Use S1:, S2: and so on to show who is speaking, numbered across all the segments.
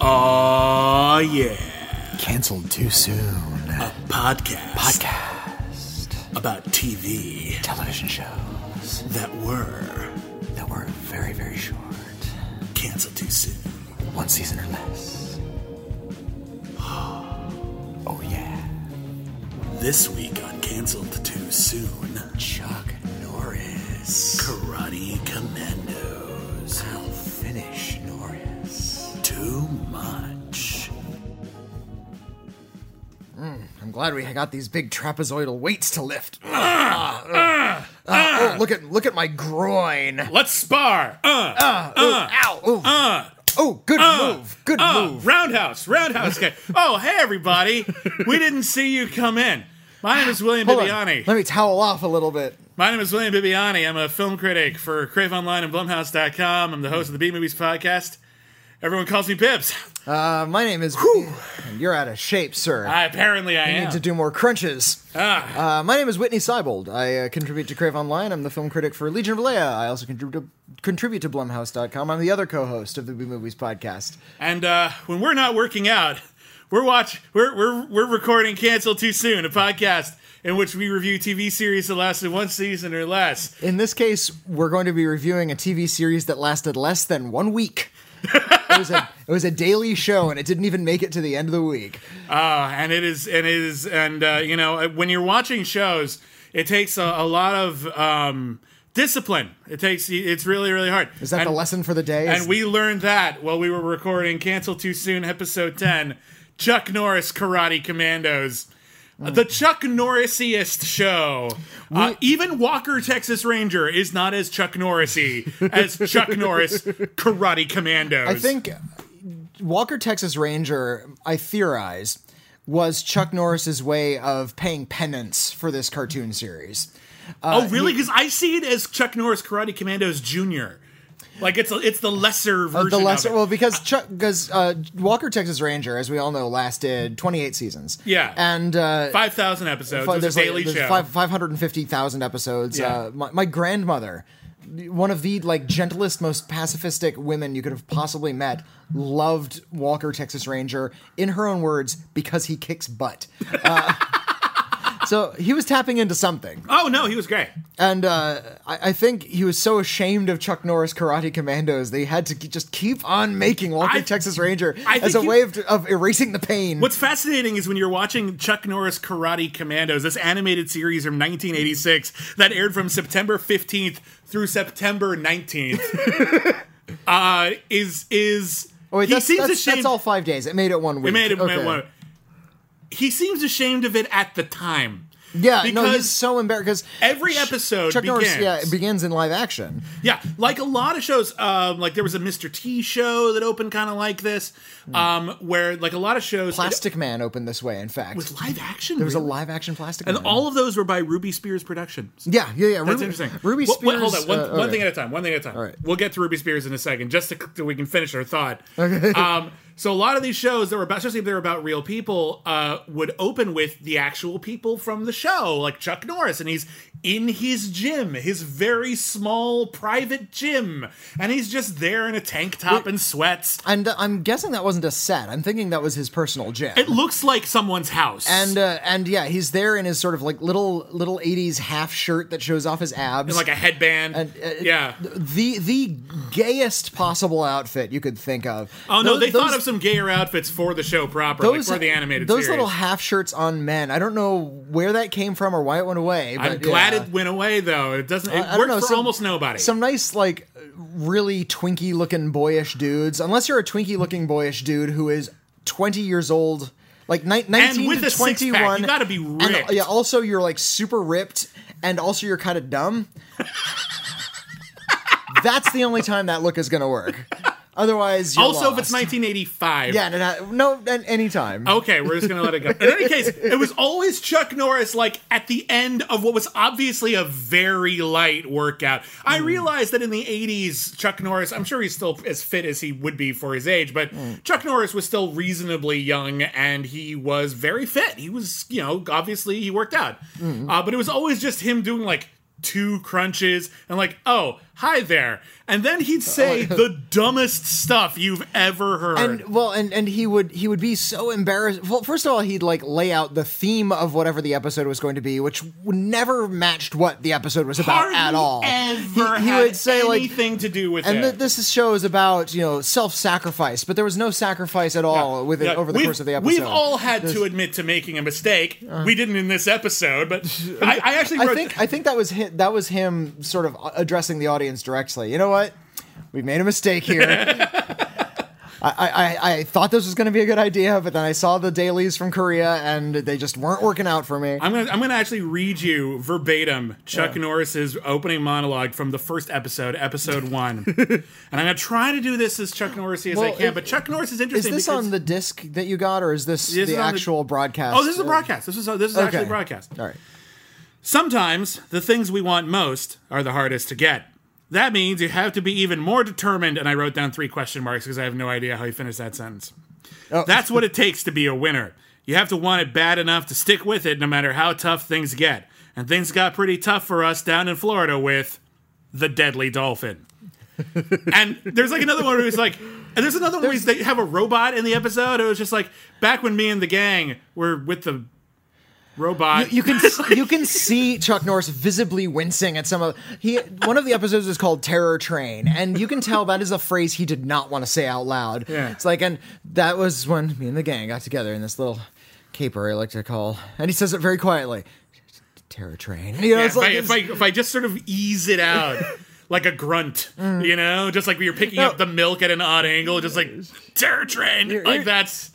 S1: Aw, Oh, yeah.
S2: Canceled too soon.
S1: A podcast,
S2: Podcast.
S1: about TV
S2: Television shows
S1: that were
S2: that were very, very short.
S1: canceled too soon.
S2: One season or less. Oh, yeah.
S1: This week on Canceled Too Soon,
S2: Chuck Norris.
S1: Karate Commandos.
S2: I'll finish Norris.
S1: Too much.
S2: Hmm, I'm glad we got these big trapezoidal weights to lift. Ah, ah, ah, oh, look at look at my groin.
S1: Let's spar! Uh,
S2: oh, ow. Oh,
S1: uh,
S2: oh good move. Good
S1: uh,
S2: move.
S1: Roundhouse, roundhouse kick. Oh, hey everybody! we didn't see you come in. My name is William
S2: Hold on.
S1: Bibiani.
S2: Let me towel off a little bit.
S1: My name is William Bibiani. I'm a film critic for Crave Online and Blumhouse.com. I'm the host of the B Movies podcast. Everyone calls me Pips.
S2: Uh, my name is. You're out of shape, sir.
S1: I, apparently, I
S2: need
S1: am.
S2: to do more crunches.
S1: ah,
S2: Uh, my name is Whitney Seibold. I uh, contribute to Crave Online. I'm the film critic for Legion of Leia. I also contribute to, contribute to Blumhouse.com. I'm the other co-host of the B Movies podcast.
S1: and uh, when we're not working out, we're watch we're we're we're recording "Cancel Too Soon," a podcast in which we review TV series that lasted one season or less.
S2: In this case, we're going to be reviewing a TV series that lasted less than one week. it, was a, it was a daily show, and it didn't even make it to the end of the week.
S1: Uh, and it is and it is and uh, you know when you're watching shows, it takes a, a lot of um, discipline. It takes it's really really hard.
S2: Is that
S1: and,
S2: the lesson for the day? Is-
S1: And we learned that while we were recording "Cancel Too Soon" episode ten, Chuck Norris Karate Commandos.
S2: Oh.
S1: The Chuck Norrisiest show. Uh, even Walker Texas Ranger is not as Chuck Norrisy as Chuck Norris Karate Commandos.
S2: I think Walker Texas Ranger, I theorize, was Chuck Norris's way of paying penance for this cartoon series.
S1: Oh,
S2: uh,
S1: really? Because I see it as Chuck Norris Karate Commandos Junior. Like it's it's the lesser version.
S2: Uh, The lesser,
S1: of it.
S2: well, because Chuck, because uh, Walker Texas Ranger, as we all know, lasted 28 seasons.
S1: Yeah.
S2: and uh,
S1: five thousand episodes.
S2: fi-
S1: It was a daily
S2: there's
S1: show.
S2: five five hundred and fifty thousand episodes.
S1: Yeah.
S2: Uh, my, my grandmother, one of the like gentlest, most pacifistic women you could have possibly met, loved Walker Texas Ranger. In her own words, because he kicks butt. Uh, so he was tapping into something,
S1: oh no, he was great.
S2: and uh, I, I think he was so ashamed of Chuck Norris Karate Commandos, they had to ke- just keep on making Walker
S1: I-
S2: Texas Ranger
S1: I
S2: as
S1: think
S2: a
S1: he-
S2: way of, of erasing the pain.
S1: What's fascinating is when you're watching Chuck Norris Karate Commandos, this animated series from 1986 that aired from September 15th through September 19th. uh, is is
S2: Oh, wait,
S1: he
S2: that's,
S1: seems
S2: that's,
S1: ashamed?
S2: that's all five days. It made it one week.
S1: He made it-
S2: Okay.
S1: made it- He seems ashamed of it at the time.
S2: Yeah, no, he's
S1: Because-
S2: so embarrassed because
S1: Every episode
S2: Chuck
S1: begins.
S2: Norris, yeah, it begins in live action.
S1: Yeah, like a lot of shows, um, like there was a Mr. T show that opened kind of like this, um, where like a lot of shows
S2: Hmm. Plastic Man opened this way. In fact,
S1: with live action.
S2: there was a live action Plastic
S1: and
S2: Man.
S1: all of those were by Ruby Spears Productions.
S2: yeah, yeah, yeah.
S1: That's
S2: Ruby,
S1: interesting.
S2: Ruby
S1: Well,
S2: Spears.
S1: wait, hold on, one,
S2: uh,
S1: one
S2: okay.
S1: thing at a time. One thing at a time.
S2: right.
S1: We'll get to Ruby Spears in a second, just to, so we can finish our thought. Okay. Um, so a lot of these shows that were about, especially if they were about real people, uh, would open with the actual people from the show, like Chuck Norris, and he's in his gym, his very small private gym, and he's just there in a tank top and sweats.
S2: And uh, I'm guessing that wasn't a set. I'm thinking that was his personal gym.
S1: It looks like someone's house.
S2: and uh, and yeah, he's there in his sort of like little little '80s half shirt that shows off his abs.
S1: like a headband.
S2: And, uh,
S1: yeah.
S2: the the gayest possible outfit you could think of.
S1: Oh no,
S2: Those-
S1: they
S2: those-
S1: thought of some gayer outfits for the show proper, like for the animated
S2: those
S1: series.
S2: little half shirts on men. I don't know where that came from or why it went away. But
S1: I'm glad
S2: yeah.
S1: it went away though. It doesn't. It
S2: I don't
S1: worked
S2: know,
S1: for
S2: some-
S1: almost nobody.
S2: Some nice, like, really twinky looking boyish dudes. Unless you're a twinky looking boyish dude who is 20 years old, like ni- 19
S1: with
S2: to
S1: a six-pack,
S2: 21.
S1: you gotta be
S2: and,
S1: ripped.
S2: yeah, also you're like super ripped, and also you're kind of dumb. That's the only time that look is gonna work. Otherwise, you're
S1: also, if it's
S2: lost.
S1: 1985.
S2: yeah, no, no, no at any time.
S1: Okay, we're just gonna let it go. In any case, it was always Chuck Norris, like at the end of what was obviously a very light workout. I realized that in the '80s, Chuck Norris, I'm sure he's still as fit as he would be for his age, but Chuck Norris was still reasonably young, and he was very fit. He was, you know, obviously he worked out, uh, but it was always just him doing like two crunches and like, oh, hi there. And then he'd say the dumbest stuff you've ever heard.
S2: And well, and and he would he would be so embarrassed. Well, first of all, he'd like lay out the theme of whatever the episode was going to be, which never matched what the episode was about
S1: Hardly
S2: at all.
S1: Ever
S2: he, he
S1: had
S2: would say like.
S1: anything to do with
S2: And
S1: it.
S2: th- this is- show is about you know self-sacrifice, but there was no sacrifice at all with it
S1: Yeah,
S2: over the
S1: we've-
S2: course of the episode. Uh.
S1: We've all had to admit to making a mistake. we didn't in this episode, but I, I actually wrote.
S2: I think I think that was him, that was him sort of uh, addressing the audience directly. You know what? We made a mistake here. I, I, I- I thought this was going to be a good idea, but then I saw the dailies from Korea and they just weren't working out for me.
S1: I'm gonna I'm gonna actually read you verbatim Chuck Norris's opening monologue from the first episode, episode one, and I'm gonna try to do this as Chuck Norrisy as I
S2: Well,
S1: can.
S2: it-
S1: but Chuck Norris is
S2: is
S1: interesting.
S2: this
S1: because-
S2: on the disc that you got, or is this
S1: This
S2: the
S1: is on the-
S2: actual broadcast?
S1: Oh, this is a
S2: Uh,
S1: broadcast. This is a, this is actually a
S2: okay.
S1: broadcast.
S2: All right.
S1: Sometimes the things we want most are the hardest to get. That means you have to be even more determined. And I wrote down three question marks because I have no idea how he finished that sentence.
S2: Oh.
S1: That's what it takes to be a winner. You have to want it bad enough to stick with it no matter how tough things get. And things got pretty tough for us down in Florida with the deadly dolphin. and there's like another one where he's like, and there's another one where he's- they have a robot in the episode. It was just like back when me and the gang were with the robot.
S2: You can s- you can see Chuck Norris visibly wincing at some of he one of the episodes is called Terror Train, and you can tell that is a phrase he did not want to say out loud.
S1: Yeah.
S2: It's like and that was when me and the gang got together in this little caper I like to call, and he says it very quietly. Terror Train. You know,
S1: Yeah,
S2: it's like
S1: if, I, if, I, if I just sort of ease it out like a grunt, you know, just like you're picking up the milk at an odd angle, just like terror train, like
S2: you're-
S1: that's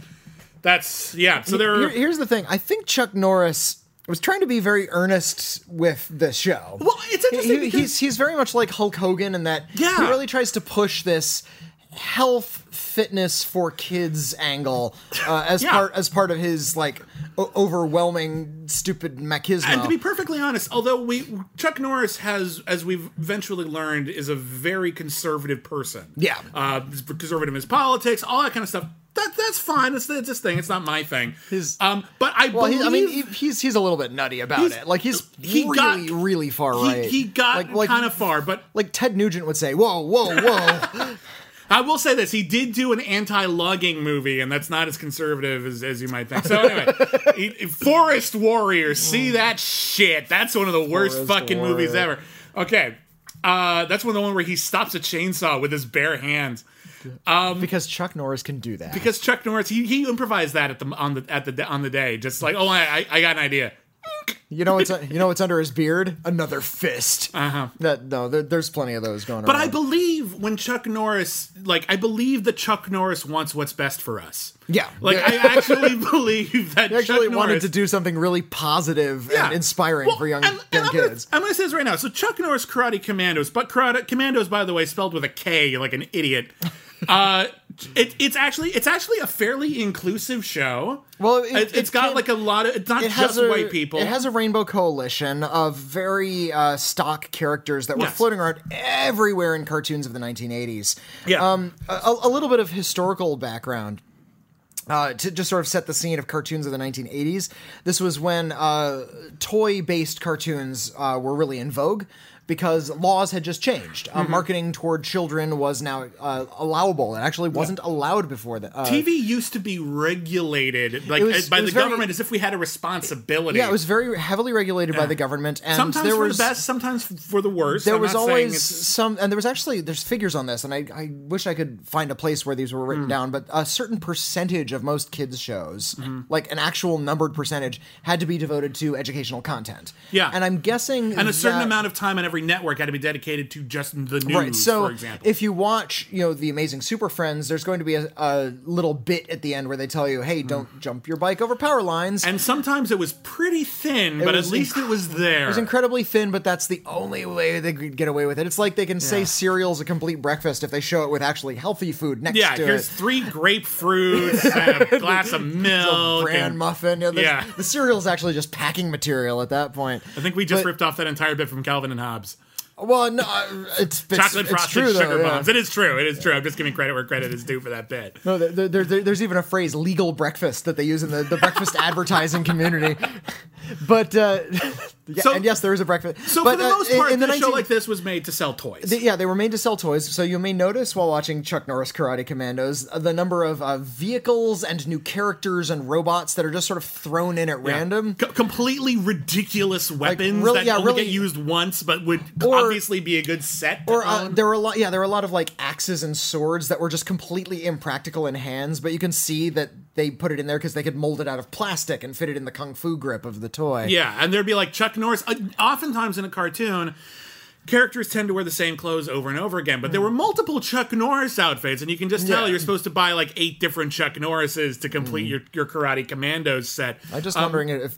S1: that's yeah. So there,
S2: Here-
S1: are,
S2: here's the thing. I think Chuck Norris was trying to be very earnest with the show.
S1: well, it's interesting
S2: He-
S1: because
S2: he's he's very much like Hulk Hogan in that
S1: Yeah.
S2: he really tries to push this health fitness for kids angle uh, as
S1: Yeah.
S2: part as part of his like o- overwhelming stupid machismo.
S1: And to be perfectly honest, although we Chuck Norris has, as we've eventually learned, is a very conservative person.
S2: Yeah.
S1: uh, he's conservative in his politics, all that kind of stuff. That that's fine. It's it's his thing. It's not my thing.
S2: His-
S1: um, but I
S2: well,
S1: believe.
S2: he, I mean, he, he's he's a little bit nutty about
S1: He's-
S2: it. Like he's
S1: he
S2: really
S1: got-
S2: really far
S1: he,
S2: right.
S1: he got
S2: like, like,
S1: kind of far, but
S2: like Ted Nugent would say, "Whoa, whoa, whoa."
S1: I will say this: he did do an anti-logging movie, and that's not as conservative as, as you might think. So anyway, he, Forest Warriors, see that shit? That's one of the worst
S2: Mm. Forest
S1: fucking movies
S2: Warrior.
S1: ever. Okay, uh, that's one of the one where he stops a chainsaw with his bare hands
S2: because Chuck Norris can do that.
S1: because Chuck Norris he, he improvised that at the on the at the on the day, just like oh I I- I got an idea.
S2: you know what's you know what's under his beard? Another fist. Uh-huh. That no, there, there's plenty of those going
S1: But
S2: around.
S1: I believe when Chuck Norris, like, I believe that Chuck Norris wants what's best for us.
S2: Yeah.
S1: Like, I actually believe that
S2: He actually
S1: Chuck Norris
S2: wanted to do something really positive
S1: Yeah.
S2: and inspiring
S1: Well,
S2: for young,
S1: and- and
S2: young
S1: I'm gonna-
S2: kids.
S1: I'm going to say this right now. So Chuck Norris Karate Commandos, but Karate Commandos, by the way, spelled with a K, like an idiot. uh, it, it's actually it's actually a fairly inclusive show.
S2: Well, it-
S1: it, has
S2: it
S1: got
S2: can-
S1: like a lot of. It's not
S2: It has
S1: just
S2: a,
S1: white people.
S2: It has a rainbow coalition of very uh, stock characters that were
S1: Yes.
S2: floating around everywhere in cartoons of the 1980s.
S1: Yeah.
S2: Um, a, a little bit of historical background. Uh, to just sort of set the scene of cartoons of the 1980s, this was when uh, toy-based cartoons uh, were really in vogue because laws had just changed.
S1: Mm-hmm.
S2: Uh, Marketing toward children was now uh, allowable; it actually wasn't allowed before that. Uh,
S1: TV used to be regulated like uh,
S2: was-
S1: by
S2: it
S1: the
S2: was very-
S1: government as if we had a responsibility.
S2: Yeah, it was very heavily regulated by the government, and
S1: sometimes
S2: there
S1: for
S2: was
S1: the best, sometimes for the worst.
S2: there
S1: I'm
S2: was
S1: not saying
S2: always
S1: it's-
S2: some, and there was actually there's figures on this, and I, I wish I could find a place where these were
S1: Hmm.
S2: written down, but a certain percentage of most kids shows,
S1: Mm-hmm.
S2: like an actual numbered percentage, had to be devoted to educational content.
S1: Yeah.
S2: and I'm guessing
S1: and a certain
S2: that-
S1: amount of time on every network had to be dedicated to just the news.
S2: Right. So
S1: for example,
S2: if you watch, you know, The Amazing Super Friends, there's going to be a, a little bit at the end where they tell you, "Hey, don't jump your bike over power lines."
S1: Hmm. And sometimes it was pretty thin, but at
S2: was
S1: least it was there.
S2: It's incredibly thin, but that's the only way they could get away with it. It's like they can say
S1: Yeah.
S2: cereal's a complete breakfast if they show it with actually healthy food next
S1: yeah,
S2: to
S1: here's
S2: it.
S1: three grapefruits and a glass of
S2: A
S1: milk.
S2: bran
S1: and-
S2: muffin. You know, there's-
S1: Oh, Yeah.
S2: The cereal's actually just packing material at that point.
S1: I think we just
S2: but-
S1: ripped off that entire bit from Calvin and Hobbes.
S2: Well, no, uh, it's, it's,
S1: Chocolate
S2: it's
S1: frosted
S2: true, though,
S1: sugar
S2: yeah.
S1: bombs. It is true. It is true. I'm just giving credit where credit is due for that bit.
S2: No, there, there, there, there's even a phrase "legal breakfast" that they use in the, the breakfast advertising community. But uh, Yeah,
S1: So-
S2: and yes, there is a breakfast.
S1: So
S2: But,
S1: for the
S2: uh,
S1: most
S2: in-
S1: part,
S2: in the
S1: the show
S2: 19
S1: like this was made to sell toys.
S2: Th- yeah, they were made to sell toys, so you may notice while watching Chuck Norris Karate Commandos uh, the number of uh, vehicles and new characters and robots that are just sort of thrown in at random.
S1: Co- completely ridiculous weapons
S2: really-
S1: that
S2: yeah,
S1: only
S2: really-
S1: get used once, but would
S2: Or-
S1: obviously be a good set. to
S2: Or uh,
S1: own.
S2: there were a lot, yeah, there were a lot of like axes and swords that were just completely impractical in hands, but you can see that they put it in there because they could mold it out of plastic and fit it in the kung fu grip of the toy.
S1: yeah, and there'd be like Chuck Norris. Uh, oftentimes in a cartoon, characters tend to wear the same clothes over and over again, but there were multiple Chuck Norris outfits, and you can just tell
S2: Hmm. Yeah. Hmm.
S1: you're supposed to buy like eight different Chuck Norrises to complete your, your Karate Commandos set.
S2: I'm just wondering if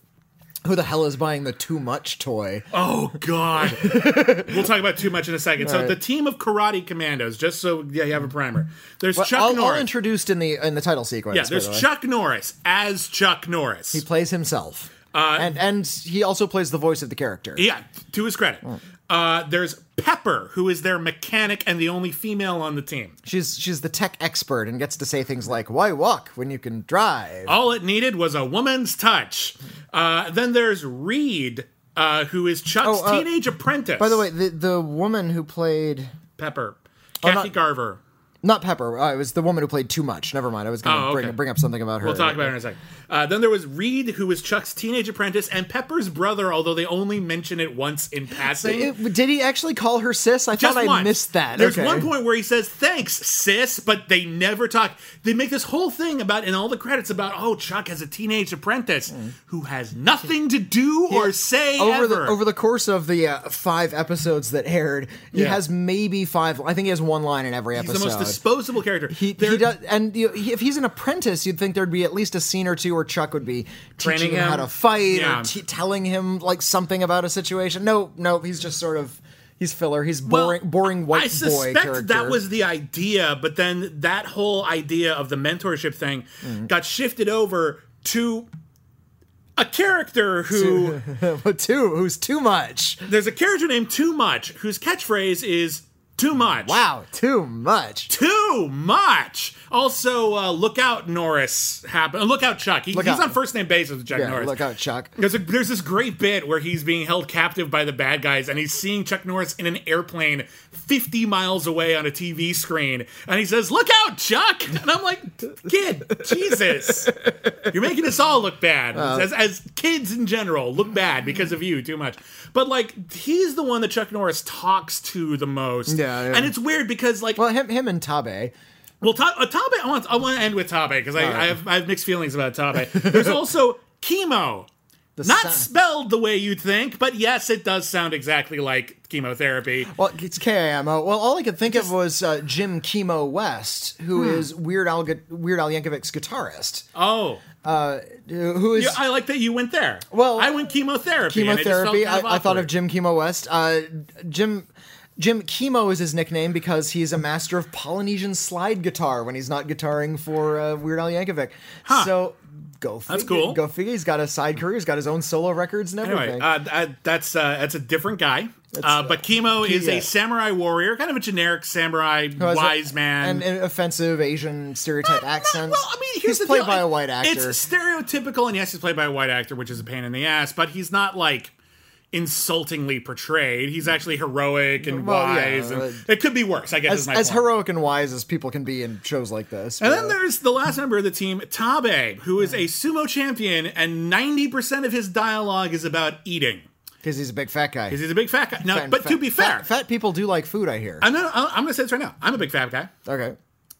S2: who the hell is buying the too much toy.
S1: Oh God! we'll talk about too much in a second. so the team of Karate Commandos, just so yeah, you have a primer. There's Chuck
S2: all, all
S1: Norris.
S2: introduced in the in the title sequence.
S1: yeah,
S2: by
S1: there's
S2: the way.
S1: Chuck Norris as Chuck Norris.
S2: He plays himself.
S1: Uh,
S2: and and he also plays the voice of the character.
S1: Yeah, to his credit.
S2: Hmm.
S1: Uh, there's Pepper, who is their mechanic and the only female on the team.
S2: She's she's the tech expert and gets to say things like "Why walk when you can drive?"
S1: All it needed was a woman's touch. Uh, then there's Reed, uh, who is Chuck's
S2: Oh, uh,
S1: teenage apprentice.
S2: By the way, the the woman who played
S1: Pepper, Kathy
S2: not-
S1: Garver.
S2: not Pepper, uh, it was the woman who played Too Much. Never mind. I was going to
S1: Oh,
S2: bring
S1: okay.
S2: bring up something about her.
S1: We'll talk about it in a second. Uh, then there was Reed, who was Chuck's teenage apprentice, and Pepper's brother, although they only mention it once in passing.
S2: It- did he actually call her sis? I
S1: Just
S2: thought I
S1: once.
S2: missed that.
S1: There's
S2: Okay.
S1: one point where he says, "Thanks, sis," but they never talk. They make this whole thing about in all the credits about oh, Chuck has a teenage apprentice who has nothing to do or say
S2: Mm. over
S1: ever.
S2: the over the course of the uh, five episodes that aired, he
S1: Yeah.
S2: has maybe five. I think he has one line in every
S1: He's
S2: episode.
S1: the most disposable character.
S2: He, he does, and you know, he, if he's an apprentice, you'd think there'd be at least a scene or two where Chuck would be
S1: Training
S2: teaching him, how
S1: him.
S2: to fight
S1: Yeah.
S2: or t- telling him like something about a situation. No, no, he's just sort of he's filler. He's boring, boring white
S1: I
S2: boy
S1: suspect
S2: character.
S1: that was the idea, but then that whole idea of the mentorship thing got shifted over to a character who
S2: but too who's too much.
S1: there's a character named Too Much whose catchphrase is Too Much.
S2: Wow, too much.
S1: too much. Also, uh, look out, Norris. Happen. Look out, Chuck. He, he's
S2: out.
S1: on first name basis with Chuck
S2: Yeah,
S1: Norris.
S2: look out, Chuck.
S1: There's, a, there's this great bit where he's being held captive by the bad guys, and he's seeing Chuck Norris in an airplane 50 miles away on a TV screen, and he says, "Look out, Chuck!" And I'm like, "Kid, Jesus, you're making us all look bad as, as kids in general look bad because of you too much." But like, he's the one that Chuck Norris talks to the most,
S2: Yeah, yeah.
S1: and it's weird because like
S2: Well, him, him and Tabe.
S1: well, Ta- uh, Tabe, I want I want to end with Tabe because I, I have I have mixed feelings about Tabe. There's also chemo, not
S2: sound-
S1: spelled the way you'd think, but yes, it does sound exactly like chemotherapy.
S2: Well, it's KIMO. Well, all I could think of was uh, Jim Chemo West, who
S1: Hmm.
S2: is Weird Al Weird Al Yankovic's guitarist, Uh,
S1: Oh,
S2: who is
S1: You- I like that you went there.
S2: Well,
S1: I went chemotherapy. and it just felt
S2: chemotherapy.
S1: kind
S2: I, I thought of
S1: awkward.
S2: Jim Chemo West. Uh, Jim Jim Chemo is his nickname because he's a master of Polynesian slide guitar when he's not guitaring for uh, Weird Al Yankovic. So go figure,
S1: cool.
S2: Go figure. He's got a side career. He's got his own solo records and everything.
S1: Anyway, uh, th- that's uh, that's a different guy. Uh, but chemo is
S2: yeah.
S1: a samurai warrior, kind of a generic samurai
S2: Has a-
S1: wise man.
S2: and an offensive Asian stereotype
S1: Not-
S2: accent.
S1: Well, I mean, here's
S2: he's
S1: the
S2: played
S1: deal.
S2: by a white actor.
S1: It's stereotypical, and yes, he's played by a white actor, which is a pain in the ass. But he's not like insultingly portrayed. He's actually heroic and
S2: Well, yeah,
S1: wise, and
S2: but-
S1: it could be worse. I guess is
S2: as,
S1: my
S2: as
S1: point.
S2: heroic and wise as people can be in shows like this.
S1: And
S2: but-
S1: then there's the last member of the team, Tabe, who is a sumo champion, and 90% of his dialogue is about eating.
S2: because he's a big fat guy.
S1: Because he's a big fat guy. Now,
S2: And
S1: but
S2: fat-
S1: to be fair,
S2: fat, fat people do like food. I hear.
S1: I'm, not, I'm going to say this right now. I'm a big fat guy.
S2: okay.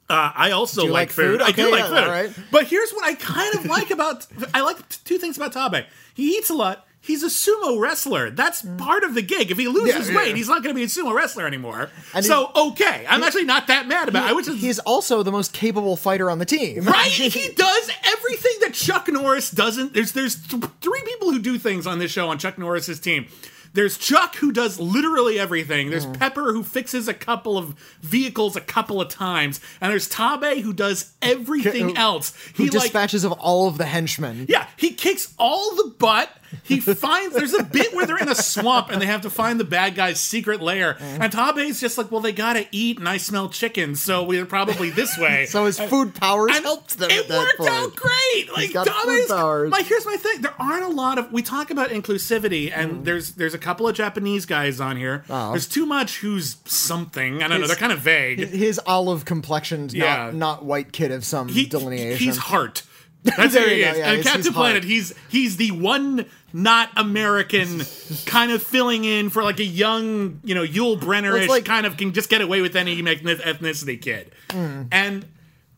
S1: Uh, I also
S2: you
S1: like,
S2: like
S1: food.
S2: food?
S1: I do
S2: Okay,
S1: like
S2: yeah,
S1: food.
S2: all right.
S1: But here's what I kind of like about I like t- two things about Tabe. He eats a lot. He's a sumo wrestler. That's part of the gig. If he loses
S2: Mm. yeah.
S1: weight, he's not going to be a sumo wrestler anymore.
S2: And
S1: so okay, I'm actually not that mad about. it. I would just
S2: He's also the most capable fighter on the team.
S1: right. He does everything that Chuck Norris doesn't. There's there's th- three people who do things on this show on Chuck Norris's team. There's Chuck who does literally everything. There's Pepper who fixes a couple of vehicles a couple of times, and there's Tabe who does everything
S2: who-
S1: else.
S2: Who
S1: He like
S2: dispatches of all of the henchmen.
S1: yeah, he kicks all the butt. He finds there's a bit where they're in a swamp and they have to find the bad guy's secret lair. And Tabe's just like, well, they gotta eat, and I smell chicken, so we're probably this way.
S2: So his food powers
S1: And
S2: helped them
S1: It
S2: at that
S1: worked
S2: point.
S1: out great. Like
S2: got food
S1: Tabe's,
S2: powers.
S1: like here's my thing. There aren't a lot of we talk about inclusivity,
S2: Hmm.
S1: and there's there's a couple of Japanese guys on here.
S2: Oh.
S1: There's too much who's something. I don't know. They're kind of vague.
S2: His olive complexioned,
S1: Yeah.
S2: not, not white kid of some
S1: He-
S2: delineation.
S1: He's heart. That's
S2: There
S1: who he
S2: you go,
S1: is.
S2: yeah,
S1: and
S2: he's-
S1: Captain
S2: he's
S1: Planet,
S2: Hart.
S1: he's he's the one not American kind of filling in for like a young, you know, Yul Brennerish
S2: like-
S1: kind of can just get away with any ethnic- ethnicity kid.
S2: Mm.
S1: And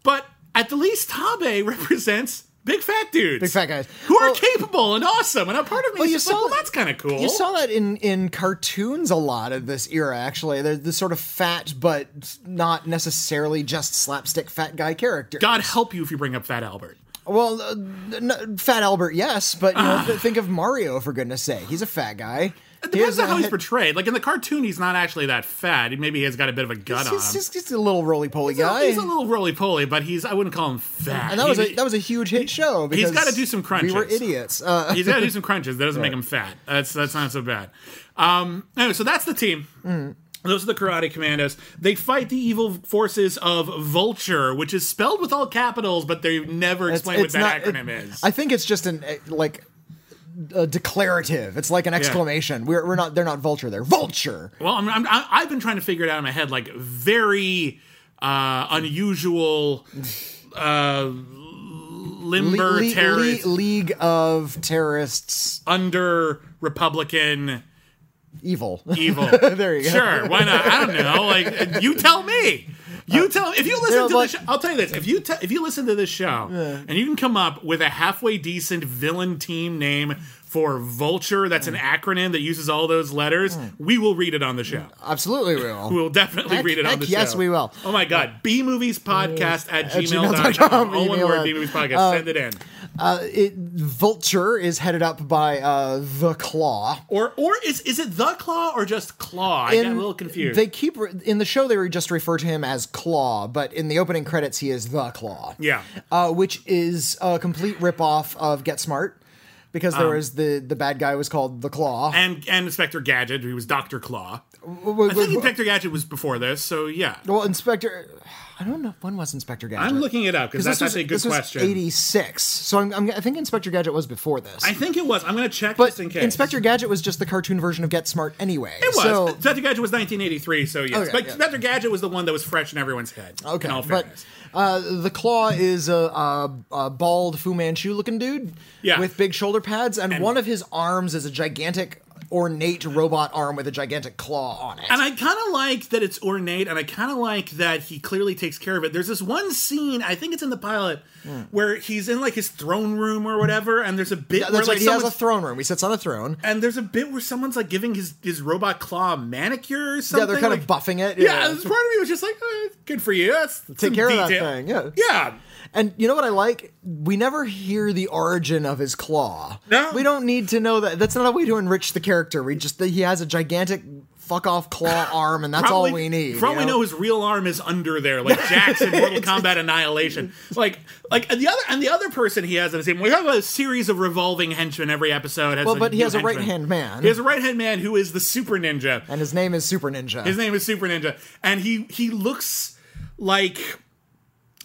S1: but at the least Tabe represents big fat dudes.
S2: Big fat guys.
S1: Who are
S2: Well-
S1: capable and awesome. And a part of me
S2: Well,
S1: is
S2: you
S1: just like,
S2: saw
S1: well,
S2: that-
S1: that's kind of cool.
S2: You saw that in in cartoons a lot of this era. Actually, they're the sort of fat, but not necessarily just slapstick fat guy character.
S1: God help you if you bring up Fat Albert.
S2: Well, uh, n- Fat Albert, yes, but you know, th- think of Mario for goodness' sake. He's a fat guy.
S1: Ah. It depends on how he's portrayed. Like in the cartoon, he's not actually that fat. Maybe he has got a bit of a gut on him.
S2: He's just he's a little roly poly
S1: He's a-
S2: guy.
S1: He's a little roly poly, but he's I wouldn't call him fat.
S2: and that was
S1: He-
S2: a that was a huge hit show. Because
S1: gotta do some crunches.
S2: We were idiots. Uh,
S1: he's got to do some crunches. That doesn't make him fat. That's that's not so bad. Um, anyway, so that's the team.
S2: Mm.
S1: Those are the Karate Commandos. They fight the evil forces of Vulture, which is spelled with all capitals, but they never explain what that
S2: not-
S1: acronym
S2: it-
S1: is.
S2: I think it's just an uh, like a declarative. It's like an exclamation. We're we're not. They're not vulture. They're vulture.
S1: Well, I'm, I'm, I- I've been trying to figure it out in my head, like very uh, unusual, uh, limber
S2: Le- le-
S1: terrorist
S2: league of terrorists.
S1: under Republican.
S2: Evil.
S1: evil.
S2: There you go.
S1: Sure, why not? I don't know. Like you tell me. You tell if you listen to
S2: Yeah, Uh, but-
S1: this. Show, I'll tell you this: if you te- if you listen to this show and you can come up with a halfway decent villain team name for Vulture, that's an
S2: Mm.
S1: acronym that uses all those letters. We will read it on the show.
S2: Absolutely, we will.
S1: We'll definitely
S2: Mm. Heck-
S1: read it on
S2: heck
S1: the
S2: yes,
S1: show.
S2: we will.
S1: Oh my God. B movies podcast at
S2: gmail.com.
S1: gmail.com. All one
S2: Email
S1: word,
S2: us.
S1: B movies podcast. Send it in.
S2: Uh, it, Vulture is headed up by uh, the Claw.
S1: Or or is is it the claw or just claw? I got a
S2: In-
S1: little confused.
S2: They keep re- in the show. They re- just refer to him as Claw, but in the opening credits, he is the Claw.
S1: Yeah.
S2: uh, which is a complete ripoff of Get Smart, because
S1: Um.
S2: there was the the bad guy was called the Claw.
S1: and and Inspector Gadget, who was Doctor Claw.
S2: W-
S1: I
S2: w-
S1: think Inspector Gadget was before this, so yeah.
S2: well, Inspector, I don't know when was Inspector Gadget.
S1: I'm looking it up because that's
S2: this was,
S1: actually a good
S2: this was
S1: question.
S2: 86. So I'm, I'm, I think Inspector Gadget was before this.
S1: I think it was. I'm going to check
S2: but
S1: just in case.
S2: Inspector Gadget was just the cartoon version of Get Smart anyway.
S1: it was.
S2: So,
S1: Inspector Gadget was 1983, so yes.
S2: Okay,
S1: but
S2: yeah.
S1: Inspector Gadget was the one that was fresh in everyone's head.
S2: okay,
S1: In all
S2: but
S1: fairness.
S2: uh, the Claw is a, a, a bald Fu Manchu looking dude
S1: Yeah.
S2: with big shoulder pads, and, one of his arms is a gigantic, ornate robot arm with a gigantic claw on it.
S1: And I kind of like that it's ornate, and I kind of like that he clearly takes care of it. There's this one scene, I think it's in the pilot,
S2: Hmm.
S1: where he's in like his throne room or whatever, and there's a bit where
S2: That's
S1: like
S2: right. He has a
S1: someone's-
S2: throne room. He sits on a throne.
S1: and there's a bit where someone's like giving his his robot claw a manicure or something.
S2: Yeah, they're kind
S1: like-
S2: of buffing it.
S1: Yeah, this part of me was just like, eh, good for you. That's some
S2: Take care of that
S1: detail.
S2: thing. Yeah.
S1: Yeah.
S2: And you know what I like? We never hear the origin of his claw.
S1: No.
S2: We don't need to know that. That's not a way to enrich the character. We just that he has a gigantic fuck off claw arm, and that's all we need.
S1: For all
S2: you
S1: we know, his real arm is under there, like Jackson, Mortal Kombat Annihilation. Like, like and the other and the other person he has in his team. We have a series of revolving henchmen every episode. Has
S2: Well,
S1: a
S2: but he
S1: new
S2: has a
S1: henchman.
S2: right hand man,
S1: He has a right hand man who is the super ninja.
S2: and his name is Super Ninja.
S1: His name is Super Ninja, and he he looks like.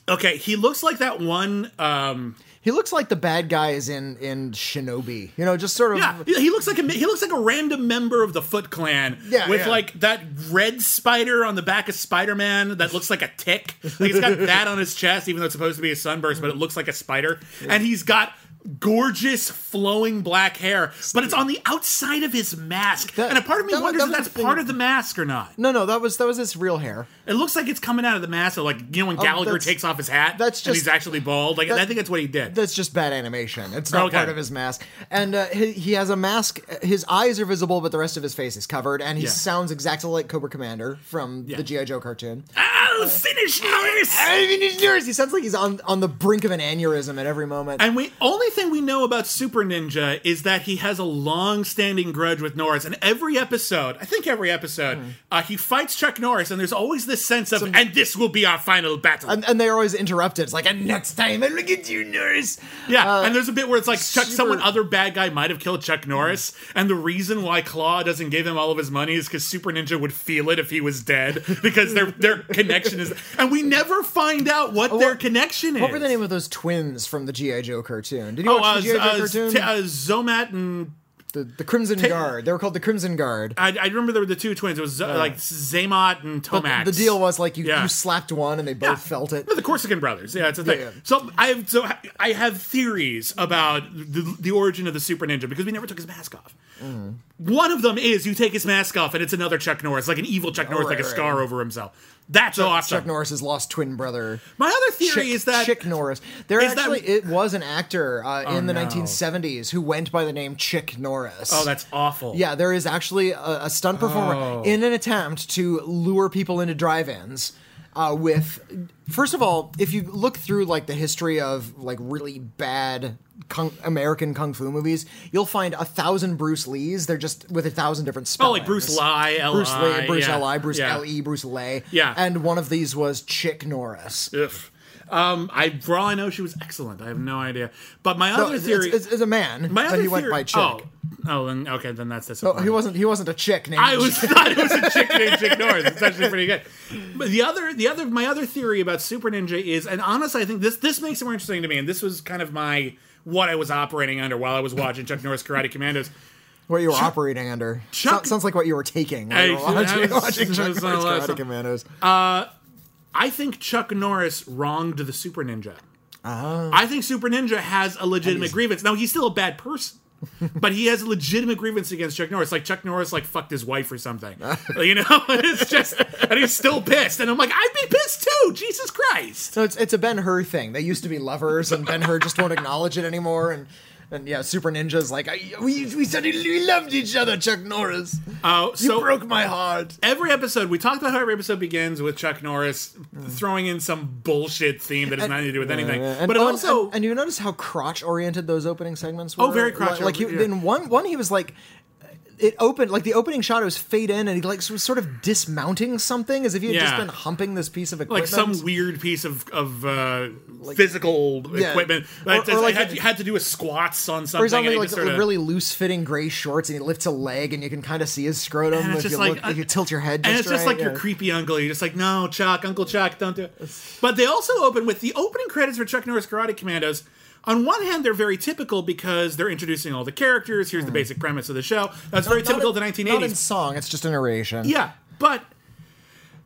S1: Okay, he looks like that one. Um,
S2: he looks like the bad guy is in in Shinobi. You know, just sort of.
S1: yeah, he he looks like a he looks like a random member of the Foot Clan.
S2: Yeah,
S1: with
S2: yeah.
S1: like that red spider on the back of Spider Man that looks like a tick. Like he's got that on his chest, even though it's supposed to be a sunburst, but it looks like a spider. And he's got gorgeous flowing black hair, but it's on the outside of his mask.
S2: That-
S1: and a part of me
S2: that was-
S1: wonders
S2: that
S1: if
S2: was
S1: that's
S2: the thing-
S1: part of the mask or not.
S2: No, no, that was that was his real hair.
S1: It looks like it's coming out of the mask, so like you know when Gallagher
S2: Oh, that's-
S1: takes off his hat,
S2: that's
S1: and
S2: just-
S1: he's actually bald. Like I think that's what he did.
S2: That's just bad animation. It's not
S1: Okay.
S2: part of his mask. And uh, he, he has a mask. His eyes are visible, but the rest of his face is covered. And he
S1: Yeah.
S2: sounds exactly like Cobra Commander from
S1: Yeah.
S2: the G.I. Joe cartoon.
S1: I'll finish this.
S2: I mean, he's nervous. He sounds like he's on, on the brink of an aneurysm at every moment.
S1: And we only thing we know about Super Ninja is that he has a long-standing grudge with Norris, and every episode, I think every episode,
S2: Hmm.
S1: uh, he fights Chuck Norris, and there's always this sense of, and this will be our final battle.
S2: And, and they're always interrupted. It's like, and next time, and look at you, Norris.
S1: Yeah, and there's a bit where it's like Chuck,
S2: uh, super-
S1: someone other bad guy might have killed Chuck Norris, and the reason why Claw doesn't give him all of his money is because Super Ninja would feel it if he was dead because their their connection is, and we never find out what their connection is.
S2: Oh, What were the name of those twins from the G.I. Joe cartoon? Did you
S1: Oh,
S2: watch
S1: uh,
S2: the G.I. Joe
S1: uh,
S2: cartoon?
S1: T- uh, Zomat and
S2: the, the Crimson Guard. They were called the Crimson Guard.
S1: I, I remember there were the two twins. It was uh, like Zaymot and Tomax.
S2: The deal was like you,
S1: Yeah.
S2: you slapped one and they both felt it.
S1: But the Corsican brothers, yeah, it's a thing.
S2: Yeah.
S1: So I have so I have theories about the, the origin of the super ninja because we never took his mask off.
S2: Mm.
S1: One of them is you take his mask off and it's another Chuck Norris, like an evil Chuck Norris,
S2: Oh, right,
S1: like a
S2: right.
S1: scar over himself. That's awesome.
S2: Chuck Norris's lost twin brother.
S1: My other theory
S2: Chick,
S1: is that
S2: Chick Norris. There
S1: is that-
S2: actually it was an actor uh, in the 1970s who went by the name Chick Norris.
S1: oh, that's awful.
S2: yeah. There is actually a, a stunt performer in an attempt to lure people into drive-ins. Uh, with first of all, if you look through like the history of like really bad kung, American kung fu movies, you'll find a thousand Bruce Lees. They're just with a thousand different spellings.
S1: Oh, like Bruce Lee, L.I.,
S2: Bruce Lee, Bruce
S1: yeah.
S2: Li, Bruce E.
S1: Yeah.
S2: Le, Bruce Lay.
S1: Yeah.
S2: and one of these was Chick Norris.
S1: Ugh. Um, I for all I know, she was excellent. I have no idea. But my other
S2: it's,
S1: theory,
S2: it's- it's a man,
S1: my
S2: but
S1: other
S2: he went
S1: theory-
S2: by chick.
S1: Oh, oh, then okay, then that's this.
S2: Oh, he wasn't. He wasn't a chick named.
S1: I was thought it was a chick named Chick Norris. It's actually pretty good. But the other, the other, my other theory about Super Ninja is, and honestly, I think this this makes it more interesting to me. And this was kind of my what I was operating under while I was watching Chuck Norris Karate Commandos.
S2: what you were operating under.
S1: Chuck-
S2: So- sounds like what you were taking. When you were
S1: I-
S2: watching,
S1: I was-
S2: watching
S1: I
S2: Chuck
S1: was on
S2: Norris
S1: a lot of
S2: Karate
S1: stuff.
S2: Commandos.
S1: I think Chuck Norris wronged the Super Ninja.
S2: Ah.
S1: I think Super Ninja has a legitimate grievance. Now he's still a bad person. but he has a legitimate grievance against Chuck Norris. Like Chuck Norris, like fucked his wife or something. you know, it's just, and he's still pissed. And I'm like, I'd be pissed too. Jesus Christ.
S2: so it's it's a Ben Hur thing. They used to be lovers, and Ben Hur just won't acknowledge it anymore. And and yeah, Super Ninja's like I, we we said we loved each other, Chuck Norris.
S1: Oh,
S2: you
S1: so
S2: broke my heart.
S1: every episode we talked about how every episode begins with Chuck Norris throwing in some bullshit theme that has nothing to do with anything.
S2: Mm. And,
S1: but it
S2: oh, and-
S1: also, Oh,
S2: and, you notice how crotch oriented those opening segments were.
S1: very
S2: Like-
S1: crotch-oriented,
S2: Like, he,
S1: yeah.
S2: in one one he was like. It opened like the opening shot. It was fade in, and he like was sort of dismounting something, as if he had just
S1: Yeah.
S2: been humping this piece of
S1: like
S2: equipment,
S1: some weird piece of of uh, physical
S2: Yeah.
S1: equipment,
S2: Or-
S1: like,
S2: or like
S1: had,
S2: a-
S1: had to do with squats on something.
S2: or he's on
S1: and he
S2: like
S1: just sorta-
S2: really loose fitting gray shorts, and he lifts a leg, and you can kind of see his scrotum
S1: And it's
S2: if you
S1: just like,
S2: look, if you
S1: uh,
S2: tilt your head.
S1: and
S2: just
S1: it's just
S2: right,
S1: like your
S2: yeah.
S1: creepy uncle. You're just like, no, Chuck, Uncle Chuck, don't do it. But they also open with the opening credits for Chuck Norris Karate Commandos. On one hand, they're very typical because they're introducing all the characters. Here's the basic premise of the show. That's very
S2: Hmm. Not
S1: typical
S2: in-
S1: of the 1980s.
S2: Not in song. It's just an narration.
S1: Yeah, but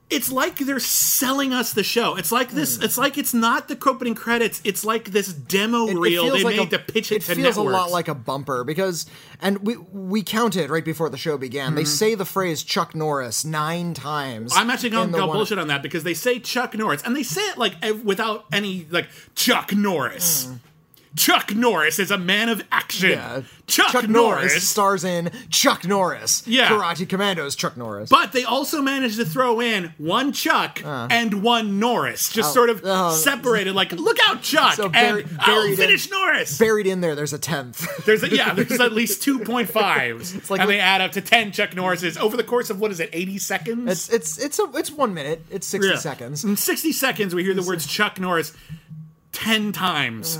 S1: it's like they're selling us the show. It's like
S2: Hmm.
S1: this. It's like it's not the opening credits. It's like this demo
S2: it
S1: reel
S2: feels
S1: they
S2: like
S1: made to
S2: a-
S1: pitch it, to
S2: feels
S1: networks.
S2: a lot like a bumper because, and we we counted right before the show began. They say the phrase Chuck Norris nine times.
S1: Mm-hmm. I'm actually going
S2: in
S1: to
S2: the
S1: go
S2: one-
S1: bullshit on that because they say Chuck Norris and they say it like ev- without any like Chuck Norris. Chuck Norris is a man of action.
S2: Hmm. Yeah.
S1: Chuck,
S2: Chuck Norris.
S1: Norris
S2: stars in Chuck Norris.
S1: Yeah.
S2: Karate Commandos. Chuck Norris.
S1: But they also managed to throw in one Chuck and one Norris, just sort of
S2: oh.
S1: separated. Like, look out, Chuck,
S2: So bur-
S1: and I'll
S2: buried in-
S1: finish Norris.
S2: Buried in there, there's a tenth.
S1: There's a, yeah, there's at least two point fives,
S2: like
S1: and
S2: we-
S1: they add up to ten Chuck Norrises over the course of what is it, eighty seconds?
S2: it's it's it's a, it's one minute. It's sixty
S1: Yeah.
S2: seconds.
S1: In sixty seconds, we hear the words Chuck Norris ten times,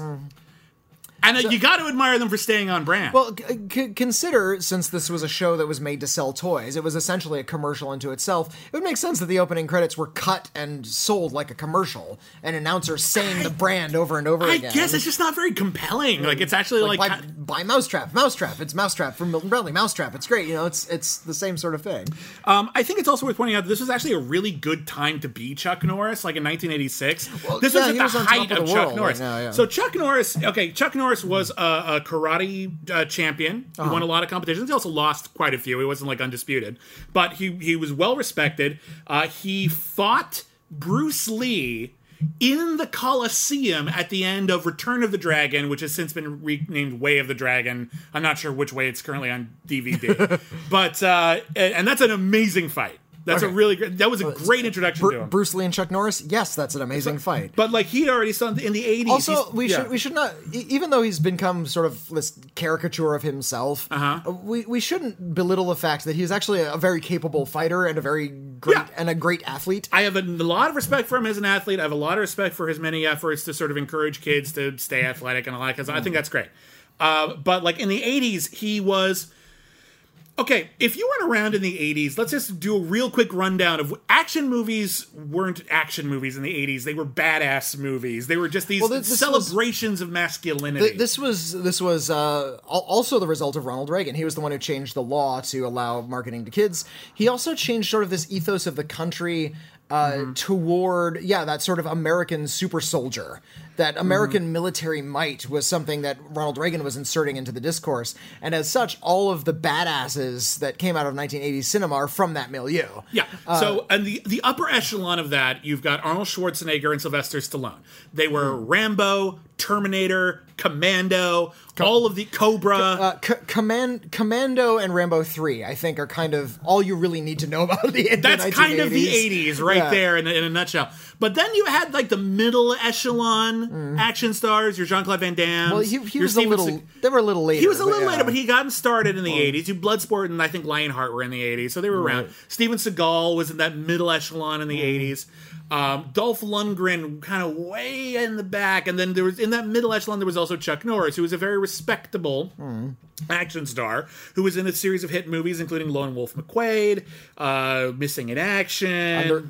S1: and uh, you got to admire them for staying on brand.
S2: Well, c- c- consider since this was a show that was made to sell toys, it was essentially a commercial into itself. It would make sense that the opening credits were cut and sold like a commercial, an announcer saying the brand over and over
S1: I
S2: again.
S1: guess it's just not very compelling. Like it's actually like,
S2: by, by Mousetrap, Mousetrap, it's Mousetrap from Milton Bradley, Mousetrap. It's great, you know. It's it's the same sort of thing.
S1: Um, I think it's also worth pointing out that this was actually a really good time to be Chuck Norris, like in 1986. this
S2: yeah,
S1: was at
S2: he
S1: the
S2: was on top
S1: height
S2: of
S1: of,
S2: the
S1: Chuck
S2: world
S1: Norris.
S2: right now, yeah.
S1: So Chuck Norris, okay, Chuck Norris was a, a karate uh, champion.
S2: Uh-huh.
S1: He won a lot of competitions. He also lost quite a few. He wasn't like undisputed, but he he was well respected. Uh, he fought Bruce Lee. In the Colosseum at the end of Return of the Dragon, which has since been renamed Way of the Dragon. I'm not sure which way it's currently on DVD, but uh, and and that's an amazing fight. That's a
S2: Okay.
S1: really great. That was a great introduction
S2: Bru-
S1: to him.
S2: Bruce Lee and Chuck Norris. Yes, that's an amazing fight.
S1: but like he already saw in the eighties.
S2: Also, we should we should not, e- even though he's become sort of this caricature of himself, uh we we shouldn't belittle the fact that he's actually a very capable fighter and a very great
S1: Yeah.
S2: and a great athlete.
S1: I have a lot of respect for him as an athlete. I have a lot of respect for his many efforts to sort of encourage kids to stay athletic and all that because I think
S2: Mm.
S1: that's great. Uh, but like in the 80s, he was. Okay, if you weren't around in the 80s, let's just do a real quick rundown of action movies weren't action movies in the 80s. They were badass movies. They were just these
S2: Well, this- this was-
S1: celebrations of masculinity.
S2: Th- This was this was uh, al- also the result of Ronald Reagan. He was the one who changed the law to allow marketing to kids. He also changed sort of this ethos of the country uh,
S1: Mm-hmm.
S2: toward yeah that sort of American super soldier. That American
S1: Mm-hmm.
S2: military might was something that Ronald Reagan was inserting into the discourse, and as such, all of the badasses that came out of 1980s cinema are from that milieu.
S1: Yeah.
S2: Uh,
S1: so, and the the upper echelon of that, you've got Arnold Schwarzenegger and Sylvester Stallone. They were
S2: Hmm.
S1: Rambo, Terminator, Commando, all of the Cobra.
S2: Uh, C- Command, Commando and Rambo 3, I think, are kind of all you really need to know about the the
S1: that's kind of the
S2: 1980s.
S1: 80s right
S2: Yeah.
S1: there in, a- in a nutshell. But then you had like the middle echelon action stars, your Jean Claude Van Damme.
S2: Hmm. Well, he, he was a little. they were a little later.
S1: He was a little
S2: yeah.
S1: later, but he got started in the 80s. You Bloodsport and I think Lionheart were in the 80s, so they were around. Steven Seagal was in that middle echelon in the
S2: Mm-hmm.
S1: 80s. Um, Dolph Lundgren kind of way in the back, and then there was in that middle echelon there was also Chuck Norris, who was a very respectable
S2: Mm-hmm.
S1: action star who was in a series of hit movies, including Lone Wolf McQuade, uh, Missing in Action,
S2: Under-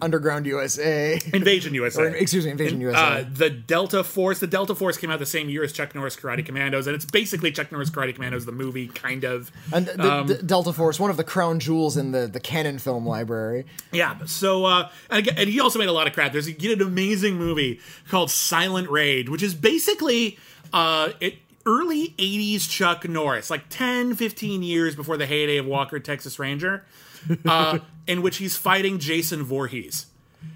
S2: Underground USA.
S1: Invasion USA.
S2: Excuse me, Invasion USA.
S1: Uh, the Delta Force. The Delta Force came out the same year as Chuck Norris Karate Commandos, and it's basically Chuck Norris Karate Commandos, the movie, kind of.
S2: and the,
S1: Um,
S2: the Delta Force, one of the crown jewels in the the canon film library.
S1: Yeah. So, uh, and, again, and he also made a lot of crap. There's he did an amazing movie called Silent Rage, which is basically uh, it early 80s Chuck Norris, like 10, 15 years before the heyday of Walker Texas Ranger, uh, in which he's fighting Jason Voorhees.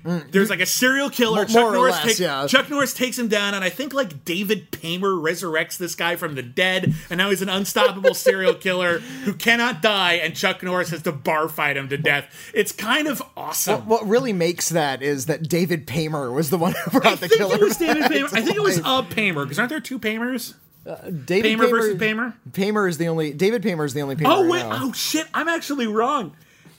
S1: There's like a serial killer.
S2: Mm,
S1: Chuck
S2: More- more or
S1: Norris
S2: less,
S1: takes
S2: yeah.
S1: Chuck Norris takes him down, and I think like David Paymer resurrects this guy from the dead, and now he's an unstoppable serial killer who cannot die, and Chuck Norris has to bar fight him to death. It's kind of awesome.
S2: What really makes that is that David Paymer was the one who
S1: I
S2: brought the
S1: think
S2: killer.
S1: it was David
S2: back
S1: Paymer.
S2: to
S1: I think it was
S2: life.
S1: a Paymer because aren't there two Paymers?
S2: David
S1: Paymer versus Paymer.
S2: Paymer is the only David Paymer is the only Paymer.
S1: Oh
S2: I
S1: wait,
S2: know.
S1: oh shit, I'm actually wrong.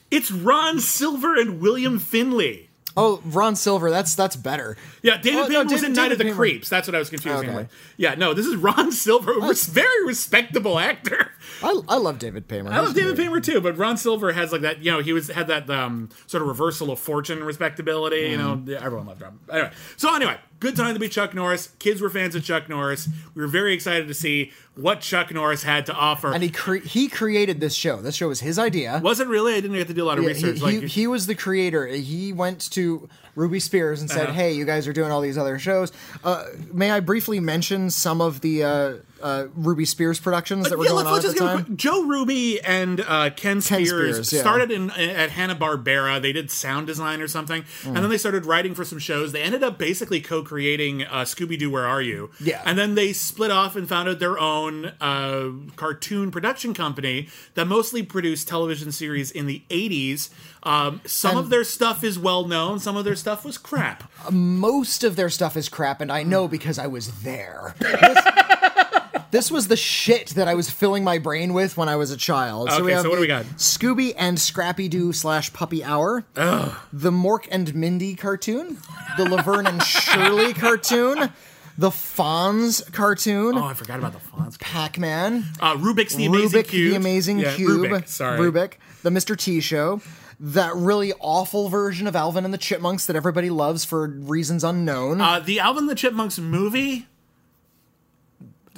S1: It's Ron Silver and William Finley.
S2: Oh, Ron Silver. That's that's better.
S1: Yeah, David
S2: Oh, no,
S1: Paymer was
S2: David-
S1: in Night of
S2: David
S1: the
S2: Paymer. Oh,
S1: Creeps. That's what I was confusing
S2: Okay. Oh,
S1: with. Yeah, no, this is Ron Silver, a res- very respectable actor.
S2: I, I love David Paymer.
S1: I love David Paymer too, but Ron Silver has like that. You know, he was had that um, sort of reversal of fortune, respectability. You know,
S2: Mm.
S1: yeah, everyone loved Ron. Anyway, so anyway, good time to be Chuck Norris. Kids were fans of Chuck Norris. We were very excited to see what Chuck Norris had to offer.
S2: And he cre- he created this show. This show was his idea.
S1: wasn't really. I didn't get to do a lot of
S2: Yeah,
S1: research.
S2: He,
S1: like
S2: he, he was the creator. He went to Ruby Spears and said,
S1: Uh-huh.
S2: "Hey, you guys are doing all these other shows. Uh, may I briefly mention some of the uh, uh, Ruby Spears productions that were
S1: Yeah,
S2: going
S1: let's,
S2: on
S1: let's
S2: at
S1: just
S2: the
S1: give a
S2: time?"
S1: quick. Joe Ruby and uh, Ken Spears,
S2: Spears, yeah.
S1: started in at Hanna Barbera. They did sound design or something,
S2: Mm.
S1: and then they started writing for some shows. They ended up basically co-creating uh, Scooby Doo, Where Are You?
S2: Yeah.
S1: and then they split off and founded their own uh, cartoon production company that mostly produced television series in the '80s. Um, some of their stuff is well known. Some of their stuff was crap.
S2: Most of their stuff is crap, and I
S1: Hmm.
S2: know because I was there. This, this was the shit that I was filling my brain with when I was a child. so, we
S1: Okay,
S2: have
S1: so what do we
S2: the
S1: got?
S2: Scooby and Scrappy Doo slash Puppy Hour, the Mork and Mindy cartoon, the Laverne and Shirley cartoon. The Fonz cartoon.
S1: Oh, I forgot about the fonts.
S2: Pac-Man,
S1: Uh, Rubik's the Amazing
S2: Rubik,
S1: Cube.
S2: the Amazing
S1: Yeah,
S2: Cube,
S1: Rubik, sorry.
S2: Rubik, the Mr. T Show, that really awful version of Alvin and the Chipmunks that everybody loves for reasons unknown.
S1: Uh, the Alvin and the Chipmunks movie.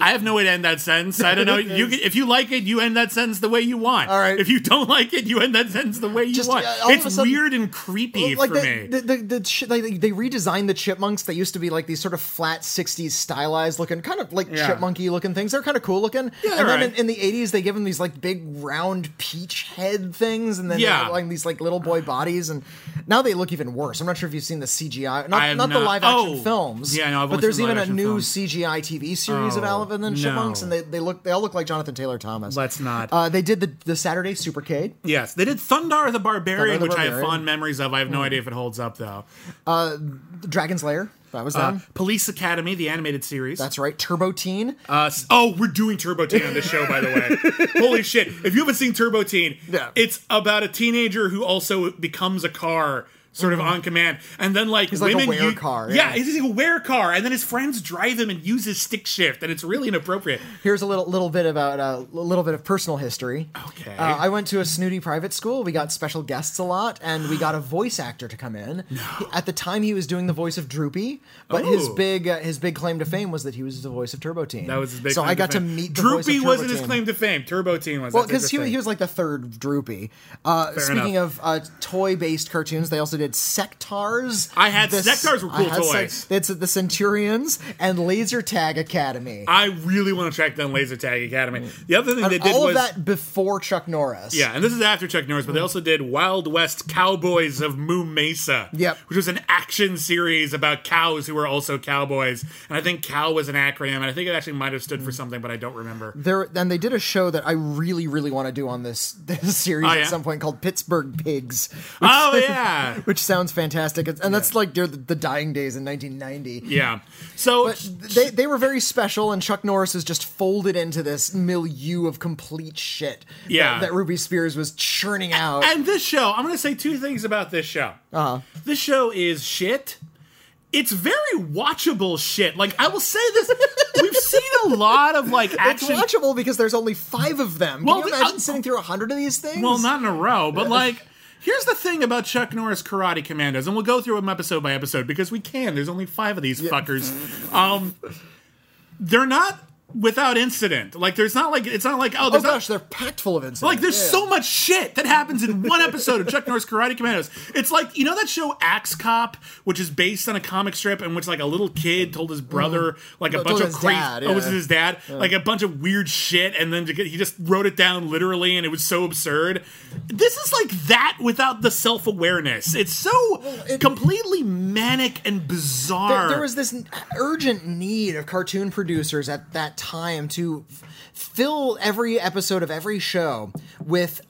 S1: I have no way to end that sentence. I don't know. You can, if you like it, you end that sentence the way you want. All
S2: right.
S1: If you don't like it, you end that sentence the way you
S2: Just,
S1: want.
S2: uh, all of
S1: it's
S2: a sudden-
S1: weird and creepy
S2: like
S1: for
S2: the,
S1: me.
S2: the, the, the ch- like, they, they redesigned the chipmunks that used to be like these sort of flat 60s stylized looking kind of like
S1: Yeah.
S2: chipmunky looking things they're kind of cool looking
S1: Yeah,
S2: and then
S1: right.
S2: in, in the 80s they give them these like big round peach head things and then
S1: Yeah.
S2: yeah. like these like little boy bodies and now they look even worse i'm not sure if you've seen the cgi not,
S1: have
S2: not the
S1: not-
S2: live action
S1: oh.
S2: films
S1: Yeah, no, I've only
S2: but there's
S1: seen the
S2: even a
S1: live-action
S2: new
S1: films.
S2: cgi tv series of
S1: Oh,
S2: alan Alvin and the
S1: No.
S2: Chipmunks, and they, they look they all look like Jonathan Taylor Thomas.
S1: Let's not.
S2: Uh, they did the the Saturday Supercade.
S1: yes, they did Thundar the Barbarian,
S2: Thundar the
S1: which I have
S2: Barbarian. Hmm.
S1: fond memories of. I have no idea if it holds up though.
S2: The Dragon's Lair. That
S1: Uh.
S2: was them.
S1: Police Academy, the animated series.
S2: That's right. Turbo Teen.
S1: Uh, s- oh, we're doing Turbo Teen on this show, by the way. Holy shit! If you haven't seen Turbo Teen,
S2: Yeah.
S1: it's about a teenager who also becomes a car, sort of on command, and then like
S2: Mm-hmm. like a
S1: women
S2: wear
S1: u-
S2: car,
S1: Yeah,
S2: yeah.
S1: he's like a wear car, and then his friends drive him and use his stick shift, and it's really inappropriate.
S2: Here's a little little bit about uh, a little bit of personal history.
S1: Okay.
S2: Uh, I went to a snooty private school. We got special guests a lot, and we got a voice actor to come in. He- At the time, he was doing the voice of Droopy, but his
S1: Ooh.
S2: big uh, his big claim to fame was that he was the voice of Turbo Teen.
S1: Oh. That was his big.
S2: So
S1: claim
S2: I got to,
S1: fame.
S2: meet the voice
S1: Droopy
S2: of Turbo
S1: wasn't his
S2: Teen.
S1: claim to fame. Turbo Teen was.
S2: Well,
S1: That's
S2: because he,
S1: interesting.
S2: he was like the third droopy. Uh, speaking
S1: enough.
S2: of uh, toy-based cartoons, they also did Sectars.
S1: I had-
S2: This-
S1: Sectars were cool
S2: I had Sec-
S1: toys.
S2: That's the Centurions and Laser Tag Academy.
S1: I really want to track down Laser Tag Academy. The other thing they did
S2: Mm. All
S1: was
S2: of that before Chuck Norris.
S1: Yeah, and this is after Chuck Norris,
S2: Mm.
S1: but they also did Wild West Cowboys of Moo Mesa.
S2: Yep.
S1: Which was an action series about cows who were also cowboys. And I think cow was an acronym, and I think it actually might have stood
S2: Mm.
S1: for something, but I don't remember.
S2: There, then they did a show that I really, really want to do on this, this series
S1: Oh, yeah?
S2: at some point called Pittsburgh Pigs, which,
S1: Oh, yeah.
S2: which sounds fantastic. It's- And that's like they're the, the dying days in 1990.
S1: Yeah. So
S2: They, they were very special, and Chuck Norris is just folded into this milieu of complete shit that-
S1: Yeah.
S2: that, Ruby Spears was churning out.
S1: And this show, I'm going to say two things about this show. Uh-huh. This show is shit. It's very watchable shit. Like I will say this, we've seen a lot of like
S2: It's
S1: action.
S2: watchable because there's only five of them.
S1: Well,
S2: Can you
S1: the-
S2: imagine
S1: uh,
S2: sitting through a hundred of these things?
S1: Well, not in a row, but like, here's the thing about Chuck Norris Karate Commandos, and we'll go through them episode by episode because we can. There's only five of these fuckers. Um, they're not without incident. Like, there's not like it's not like oh,
S2: Oh
S1: there's
S2: gosh,
S1: not.
S2: they're packed full of incidents.
S1: Like there's
S2: Yeah.
S1: so much shit that happens in one episode of Chuck Norris Karate Commandos. It's like you know that show Axe Cop, which is based on a comic strip in which like a little kid told his brother like a
S2: Mm-hmm. Told
S1: bunch of
S2: his
S1: crazy.
S2: dad,
S1: Oh, was
S2: yeah.
S1: it his dad? Like a bunch of weird shit, and then to get- he just wrote it down literally, and it was so absurd. This is like that without the self awareness. It's so
S2: it-
S1: completely manic and bizarre.
S2: there, there was this n- urgent need of cartoon producers at that time to f- fill every episode of every show with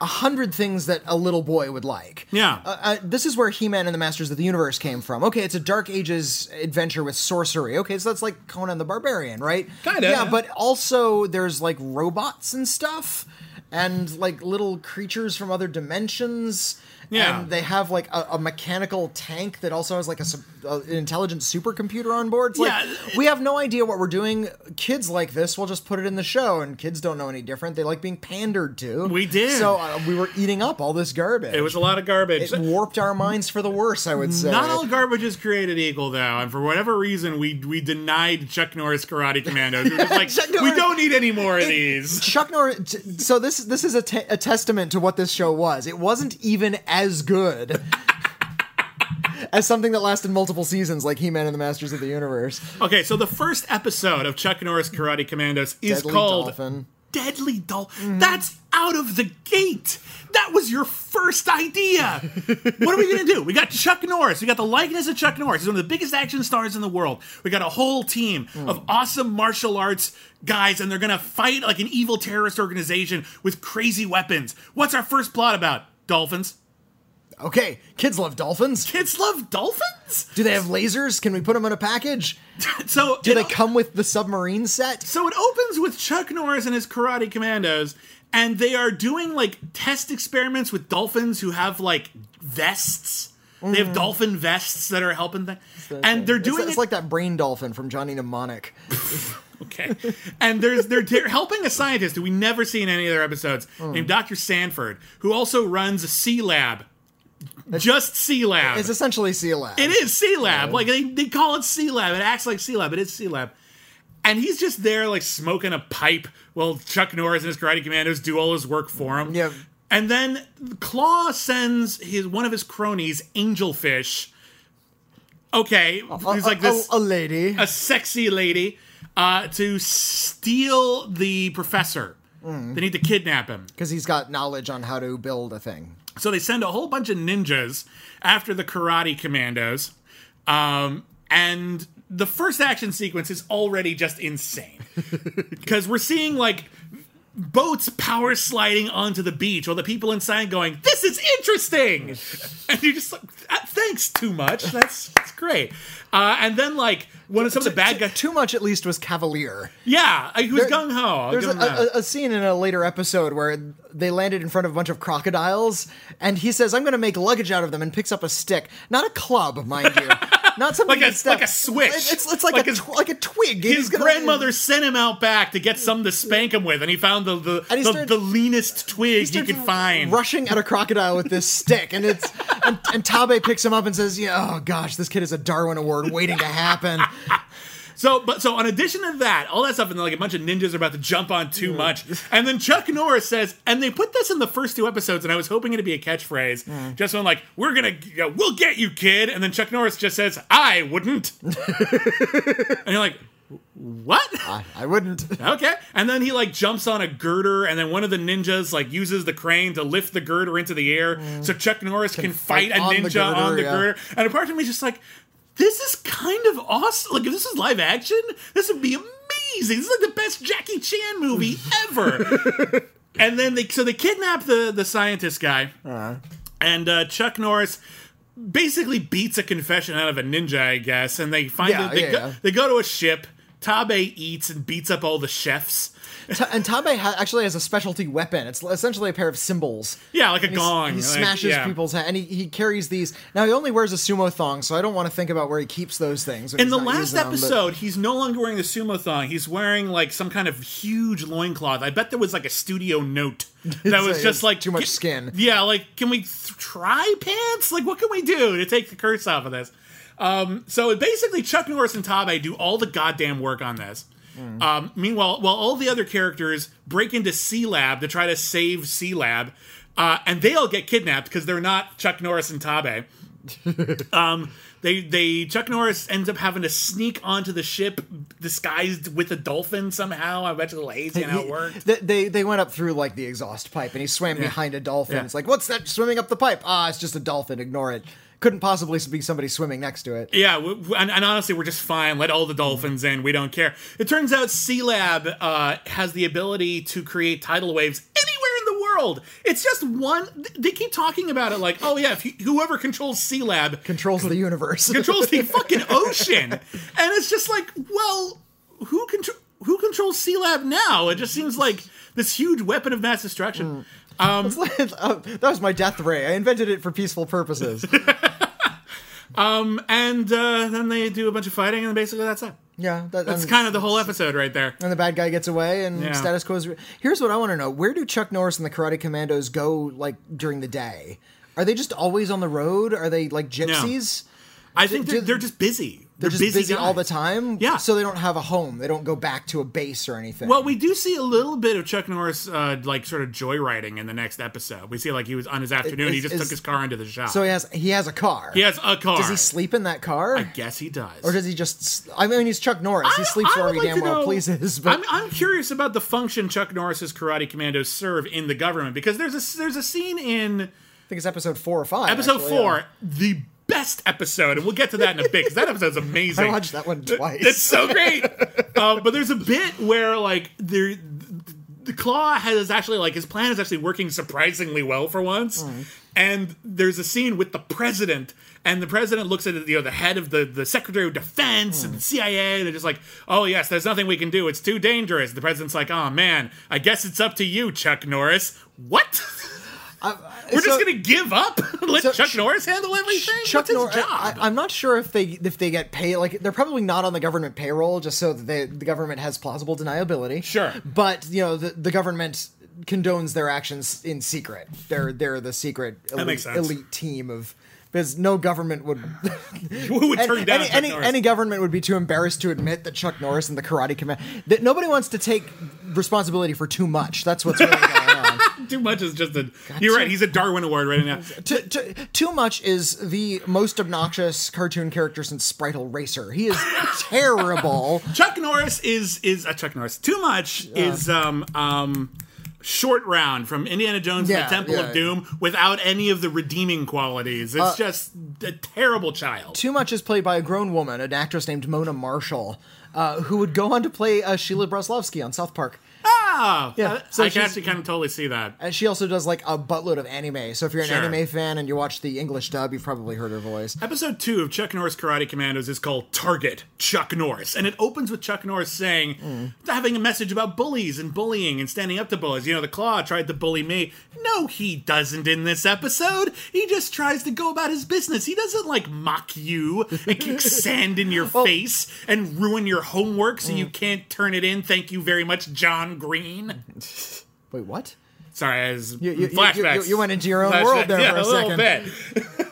S2: a hundred things that a little boy would like.
S1: Yeah.
S2: Uh, uh, this is where He-Man and the Masters of the Universe came from. Okay, it's a Dark Ages adventure with sorcery. Okay, so that's like Conan the Barbarian, right?
S1: Kinda,
S2: Yeah,
S1: yeah.
S2: but also there's like robots and stuff, and like little creatures from other dimensions.
S1: Yeah.
S2: And they have like a, a mechanical tank that also has like a, sup- uh, an intelligent supercomputer on board. It's like,
S1: Yeah.
S2: we have no idea what we're doing. Kids like this, we'll just put it in the show, and kids don't know any different. They like being pandered to.
S1: We did.
S2: So uh, we were eating up all this garbage.
S1: it was a lot of garbage.
S2: It warped our minds for the worse, I would say.
S1: Not all garbage is created equal, though, and for whatever reason, we we denied Chuck Norris Karate Commandos. We were just like,
S2: Chuck
S1: we
S2: Norris-
S1: don't need any more of these.
S2: Chuck Norris. t- So this this is a, te- a testament to what this show was. It wasn't even as good as something that lasted multiple seasons, like He Man and the Masters of the Universe.
S1: Okay, so the first episode of Chuck Norris Karate Commandos is
S2: Deadly
S1: called
S2: Dolphin.
S1: Deadly Dolphin.
S2: Mm.
S1: That's out of the gate. That was your first idea. what are we gonna do? We got Chuck Norris. We got the likeness of Chuck Norris. He's one of the biggest action stars in the world. We got a whole team
S2: Mm.
S1: of awesome martial arts guys, and they're gonna fight like an evil terrorist organization with crazy weapons. What's our first plot about? Dolphins.
S2: Okay, kids love dolphins.
S1: Kids love dolphins.
S2: Do they have lasers? Can we put them in a package?
S1: So
S2: Do they come with the submarine set?
S1: So it opens with Chuck Norris and his karate commandos, and they are doing like test experiments with dolphins who have like vests. They have dolphin vests that are helping them, and they're doing
S2: Mm. It's, it's
S1: it
S2: like that brain dolphin from Johnny Mnemonic.
S1: Okay. And there's they're, they're helping a scientist who we never see in any other episodes
S2: Mm.
S1: named Dr. Sanford, who also runs a C lab. Just C lab.
S2: It's essentially Sea Lab.
S1: It is C Lab. Like they, they call it C Lab. It acts like C Lab. It is C Lab. And he's just there, like smoking a pipe while Chuck Norris and his Karate Commandos do all his work for him.
S2: Yep.
S1: And then Claw sends his one of his cronies, Angelfish. Okay,
S2: Oh,
S1: he's like this
S2: a, a lady.
S1: a sexy lady uh, to steal the professor. They need to kidnap him.
S2: Because he's got knowledge on how to build a thing.
S1: So they send a whole bunch of ninjas after the karate commandos. Um, and the first action sequence is already just insane because we're seeing like boats power sliding onto the beach while the people inside going this is interesting and you're just like "Ah, thanks too much that's, that's great uh, and then like one of some of the bad guys
S2: Too much, at least, was cavalier.
S1: yeah like, who's
S2: There-
S1: gung-ho I'll
S2: There's
S1: give
S2: a,
S1: him that.
S2: a, a scene in a later episode where they landed in front of a bunch of crocodiles, and he says, "I'm going to make luggage out of them," and picks up a stick, not a club, mind you, not something
S1: Like a-
S2: you step-
S1: like a switch.
S2: It's, it's, it's like,
S1: Like
S2: a
S1: his-
S2: tw- like a twig.
S1: his grandmother sent him out back to get something to spank him with, and he found the the,
S2: And he
S1: the,
S2: starts-
S1: the leanest twig he,
S2: starts
S1: could find.
S2: rushing at a crocodile with this stick, and it's and, and Tabe picks him up and says, "Yeah, oh gosh, this kid is a Darwin Award waiting to happen."
S1: So, but so in addition to that, all that stuff, and then like a bunch of ninjas are about to jump on too much, and then Chuck Norris says, and they put this in the first two episodes, and I was hoping it'd be a catchphrase, just when like we're gonna, you know, we'll get you, kid, and then Chuck Norris just says, I wouldn't, and you're like, what?
S2: I, I wouldn't.
S1: Okay. And then he like jumps on a girder, and then one of the ninjas like uses the crane to lift the girder into the air, so Chuck Norris can, fight,
S2: Mm. fight
S1: a
S2: on the
S1: ninja
S2: girder,
S1: on the
S2: yeah.
S1: girder. And apart from me, just like this is kind of awesome. Like if this is live action, this would be amazing. This is like the best Jackie Chan movie ever. and then they so they kidnap the the scientist guy, and uh, Chuck Norris. Basically beats a confession out of a ninja, I guess, and they find
S2: Yeah,
S1: it. They,
S2: yeah,
S1: go,
S2: yeah.
S1: they go to a ship. Tabe eats and beats up all the chefs.
S2: Ta- and Tabe ha- actually has a specialty weapon. It's essentially a pair of cymbals.
S1: Yeah, like a
S2: He s-
S1: gong.
S2: He
S1: like,
S2: smashes
S1: yeah.
S2: people's head, and he, he carries these. Now he only wears a sumo thong, so I don't want to think about where he keeps those things. when
S1: In
S2: he's
S1: the
S2: not
S1: last
S2: using them, but-
S1: episode, he's no longer wearing the sumo thong. He's wearing like some kind of huge loincloth. I bet there was like a studio note that was
S2: a-
S1: just
S2: it's
S1: like
S2: too much
S1: "Can-
S2: skin."
S1: Yeah, like can we th- try pants? Like what can we do to take the curse off of this? Um, so basically, Chuck Norris and Tabe do all the goddamn work on this. Um, meanwhile, while all the other characters break into C Lab to try to save C Lab, uh, and they all get kidnapped because they're not Chuck Norris and Tabe. Um, They they Chuck Norris ends up having to sneak onto the ship disguised with a dolphin somehow. I bet you're lazy and how it worked.
S2: They, they they went up through like the exhaust pipe, and he swam behind a dolphin.
S1: Yeah.
S2: It's like, what's that swimming up the pipe? Ah, it's just a dolphin. Ignore it. Couldn't possibly be somebody swimming next to it.
S1: Yeah, w w- and, and honestly, we're just fine. Let all the dolphins in. We don't care. It turns out Sea Lab uh, has the ability to create tidal waves anywhere in the world. It's just one. th- They keep talking about it like, oh yeah, if you, whoever controls Sea Lab
S2: Controls the universe.
S1: controls the fucking ocean, and it's just like, well, who contro- who controls Sea Lab now? It just seems like this huge weapon of mass destruction.
S2: It's like- oh, that was my death ray. I invented it for peaceful purposes.
S1: and uh, then they do a bunch of fighting, and basically that's it.
S2: Yeah, that,
S1: That's
S2: and-
S1: kind of the whole episode right there.
S2: and the bad guy gets away and
S1: Yeah.
S2: status quo is re- here's what i want to know where do chuck norris and the karate commandos go like during the day are they just always on the road are they like gypsies
S1: I think they're,
S2: do-
S1: they're just busy. They're,
S2: they're just busy, all the
S1: guys.
S2: time
S1: Yeah.
S2: so they don't have a home they don't go back to a base or anything
S1: Well, we do see a little bit of Chuck Norris, uh, like sort of joyriding in the next episode. We see like he was on his afternoon. he
S2: is-
S1: just
S2: is-
S1: took his car into the shop.
S2: so he has he has a car
S1: he has a car.
S2: does he sleep in that car
S1: Yes, he does.
S2: or does he just s- i mean he's chuck norris he sleeps
S1: I
S2: wherever
S1: would
S2: he
S1: like
S2: damn
S1: to
S2: well
S1: know-
S2: pleases but
S1: I'm, I'm curious about the function Chuck Norris's karate commandos serve in the government because there's a there's a scene in
S2: i think it's episode four or five
S1: episode
S2: actually, yeah.
S1: four, the best episode, and we'll get to that in a bit because that episode's amazing.
S2: i watched that one
S1: It's
S2: twice
S1: so great. uh, but there's a bit where like there. The claw has actually like his plan is actually working surprisingly well for once,
S2: Hmm.
S1: and there's a scene with the president, and the president looks at you know the head of the the Secretary of Defense
S2: Hmm.
S1: and the CIA, and they're just like, oh yes, there's nothing we can do, it's too dangerous. The president's like, oh man, I guess it's up to you, Chuck Norris. What? We're
S2: So-
S1: just gonna give up? Let
S2: so
S1: Chuck
S2: Ch-
S1: Norris handle everything?
S2: Chuck
S1: What's his
S2: Norris.
S1: job?
S2: I, am not sure if they if they get paid. Like they're probably not on the government payroll, just so that they, the government has plausible deniability.
S1: Sure.
S2: but you know the, the government condones their actions in secret. They're they're the secret elite,
S1: makes sense.
S2: elite team of. Because no government would,
S1: Who would turn
S2: any,
S1: down
S2: any,
S1: Chuck
S2: any,
S1: Norris?
S2: any government would be too embarrassed to admit that Chuck Norris and the Karate Command that nobody wants to take responsibility for too much. That's what's really going on.
S1: Too much is just a. You're right. He's a Darwin Award right now.
S2: T- t- too much is the most obnoxious cartoon character since Spritel Racer. He is terrible.
S1: Chuck Norris is is uh, Chuck Norris. Too much is um um. short round from Indiana Jones
S2: Yeah,
S1: and the Temple
S2: yeah. Uh,
S1: of Doom without any of the redeeming qualities. It's just a terrible child.
S2: Too Much is played by a grown woman, an actress named Mona Marshall, uh, who would go on to play uh, Sheila Broslovsky on South Park.
S1: Ah,
S2: Yeah,
S1: so
S2: so
S1: I can
S2: she's-
S1: actually kind of totally see that.
S2: And she also does like a buttload of anime. So if you're an
S1: Sure.
S2: anime fan and you watch the English dub, you've probably heard her voice.
S1: Episode two of Chuck Norris Karate Commandos is called Target Chuck Norris, and it opens with Chuck Norris saying, having a message about bullies and bullying and standing up to bullies. You know, the claw tried to bully me. No, he doesn't in this episode. He just tries to go about his business. He doesn't like mock you and kick sand in
S2: Oh.
S1: your face and ruin your homework so
S2: Mm.
S1: you can't turn it in. Thank you very much, John Green.
S2: Wait, what?
S1: Sorry, as
S2: you- you-
S1: flashbacks.
S2: you- you went into your own world there
S1: yeah,
S2: for a second.
S1: little bit.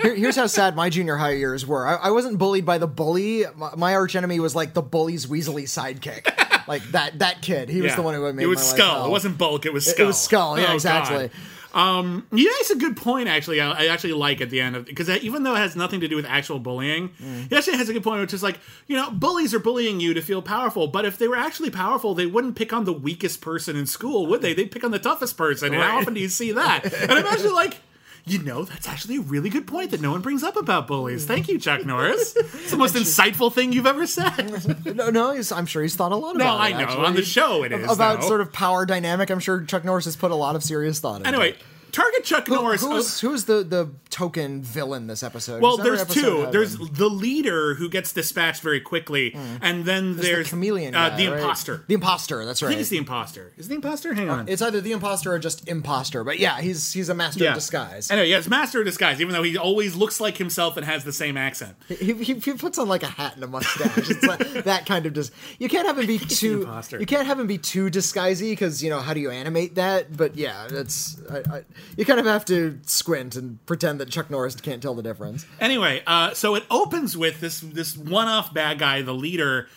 S2: Here- here's how sad my junior high years were. I, I wasn't bullied by the bully. My, my arch enemy was like the bully's weaselly sidekick. like that that kid. He was
S1: Yeah.
S2: the one who made
S1: it was
S2: my life
S1: skull.
S2: hell.
S1: It wasn't bulk. It was skull.
S2: It was skull. Yeah,
S1: Oh,
S2: exactly.
S1: God. Um, you raise a good point. Actually, I, I actually like at the end of because even though it has nothing to do with actual bullying,
S2: Mm.
S1: it actually has a good point, which is like you know bullies are bullying you to feel powerful, but if they were actually powerful, they wouldn't pick on the weakest person in school, would they? They'd pick on the toughest person. And how often do you see that? And I'm actually like. You know, that's actually a really good point that no one brings up about bullies. Thank you, Chuck Norris. It's the most insightful thing you've ever said.
S2: No, no. He's, I'm sure he's thought a lot
S1: No,
S2: about
S1: I
S2: it.
S1: know.
S2: actually.
S1: On the show, it is
S2: about
S1: though.
S2: sort of power dynamic. I'm sure Chuck Norris has put a lot of serious thought into.
S1: Anyway, target Chuck Norris. uh,
S2: who's who's the the token villain this episode?
S1: well,
S2: 'Cause every
S1: there's
S2: episode
S1: two.
S2: had
S1: There's
S2: one.
S1: the leader who gets dispatched very quickly, and then there's,
S2: Hmm. the chameleon,
S1: uh,
S2: guy,
S1: the
S2: right?
S1: imposter.
S2: The imposter. That's
S1: I
S2: right. Uh,
S1: think it's the imposter. Is it the imposter? Hang on.
S2: it's either the imposter or just imposter. But yeah, he's he's a master
S1: yeah.
S2: of disguise.
S1: Anyway, yeah, it's master of disguise, even though he always looks like himself and has the same accent.
S2: He, he, he puts on like a hat and a mustache. It's like that kind of just. You can't have him be too.
S1: imposter.
S2: You can't have him be too disguisey because you know how do you animate that? But yeah, that's. I, I, you kind of have to squint and pretend that Chuck Norris can't tell the difference.
S1: Anyway, uh, so it opens with this this one off bad guy, the leader,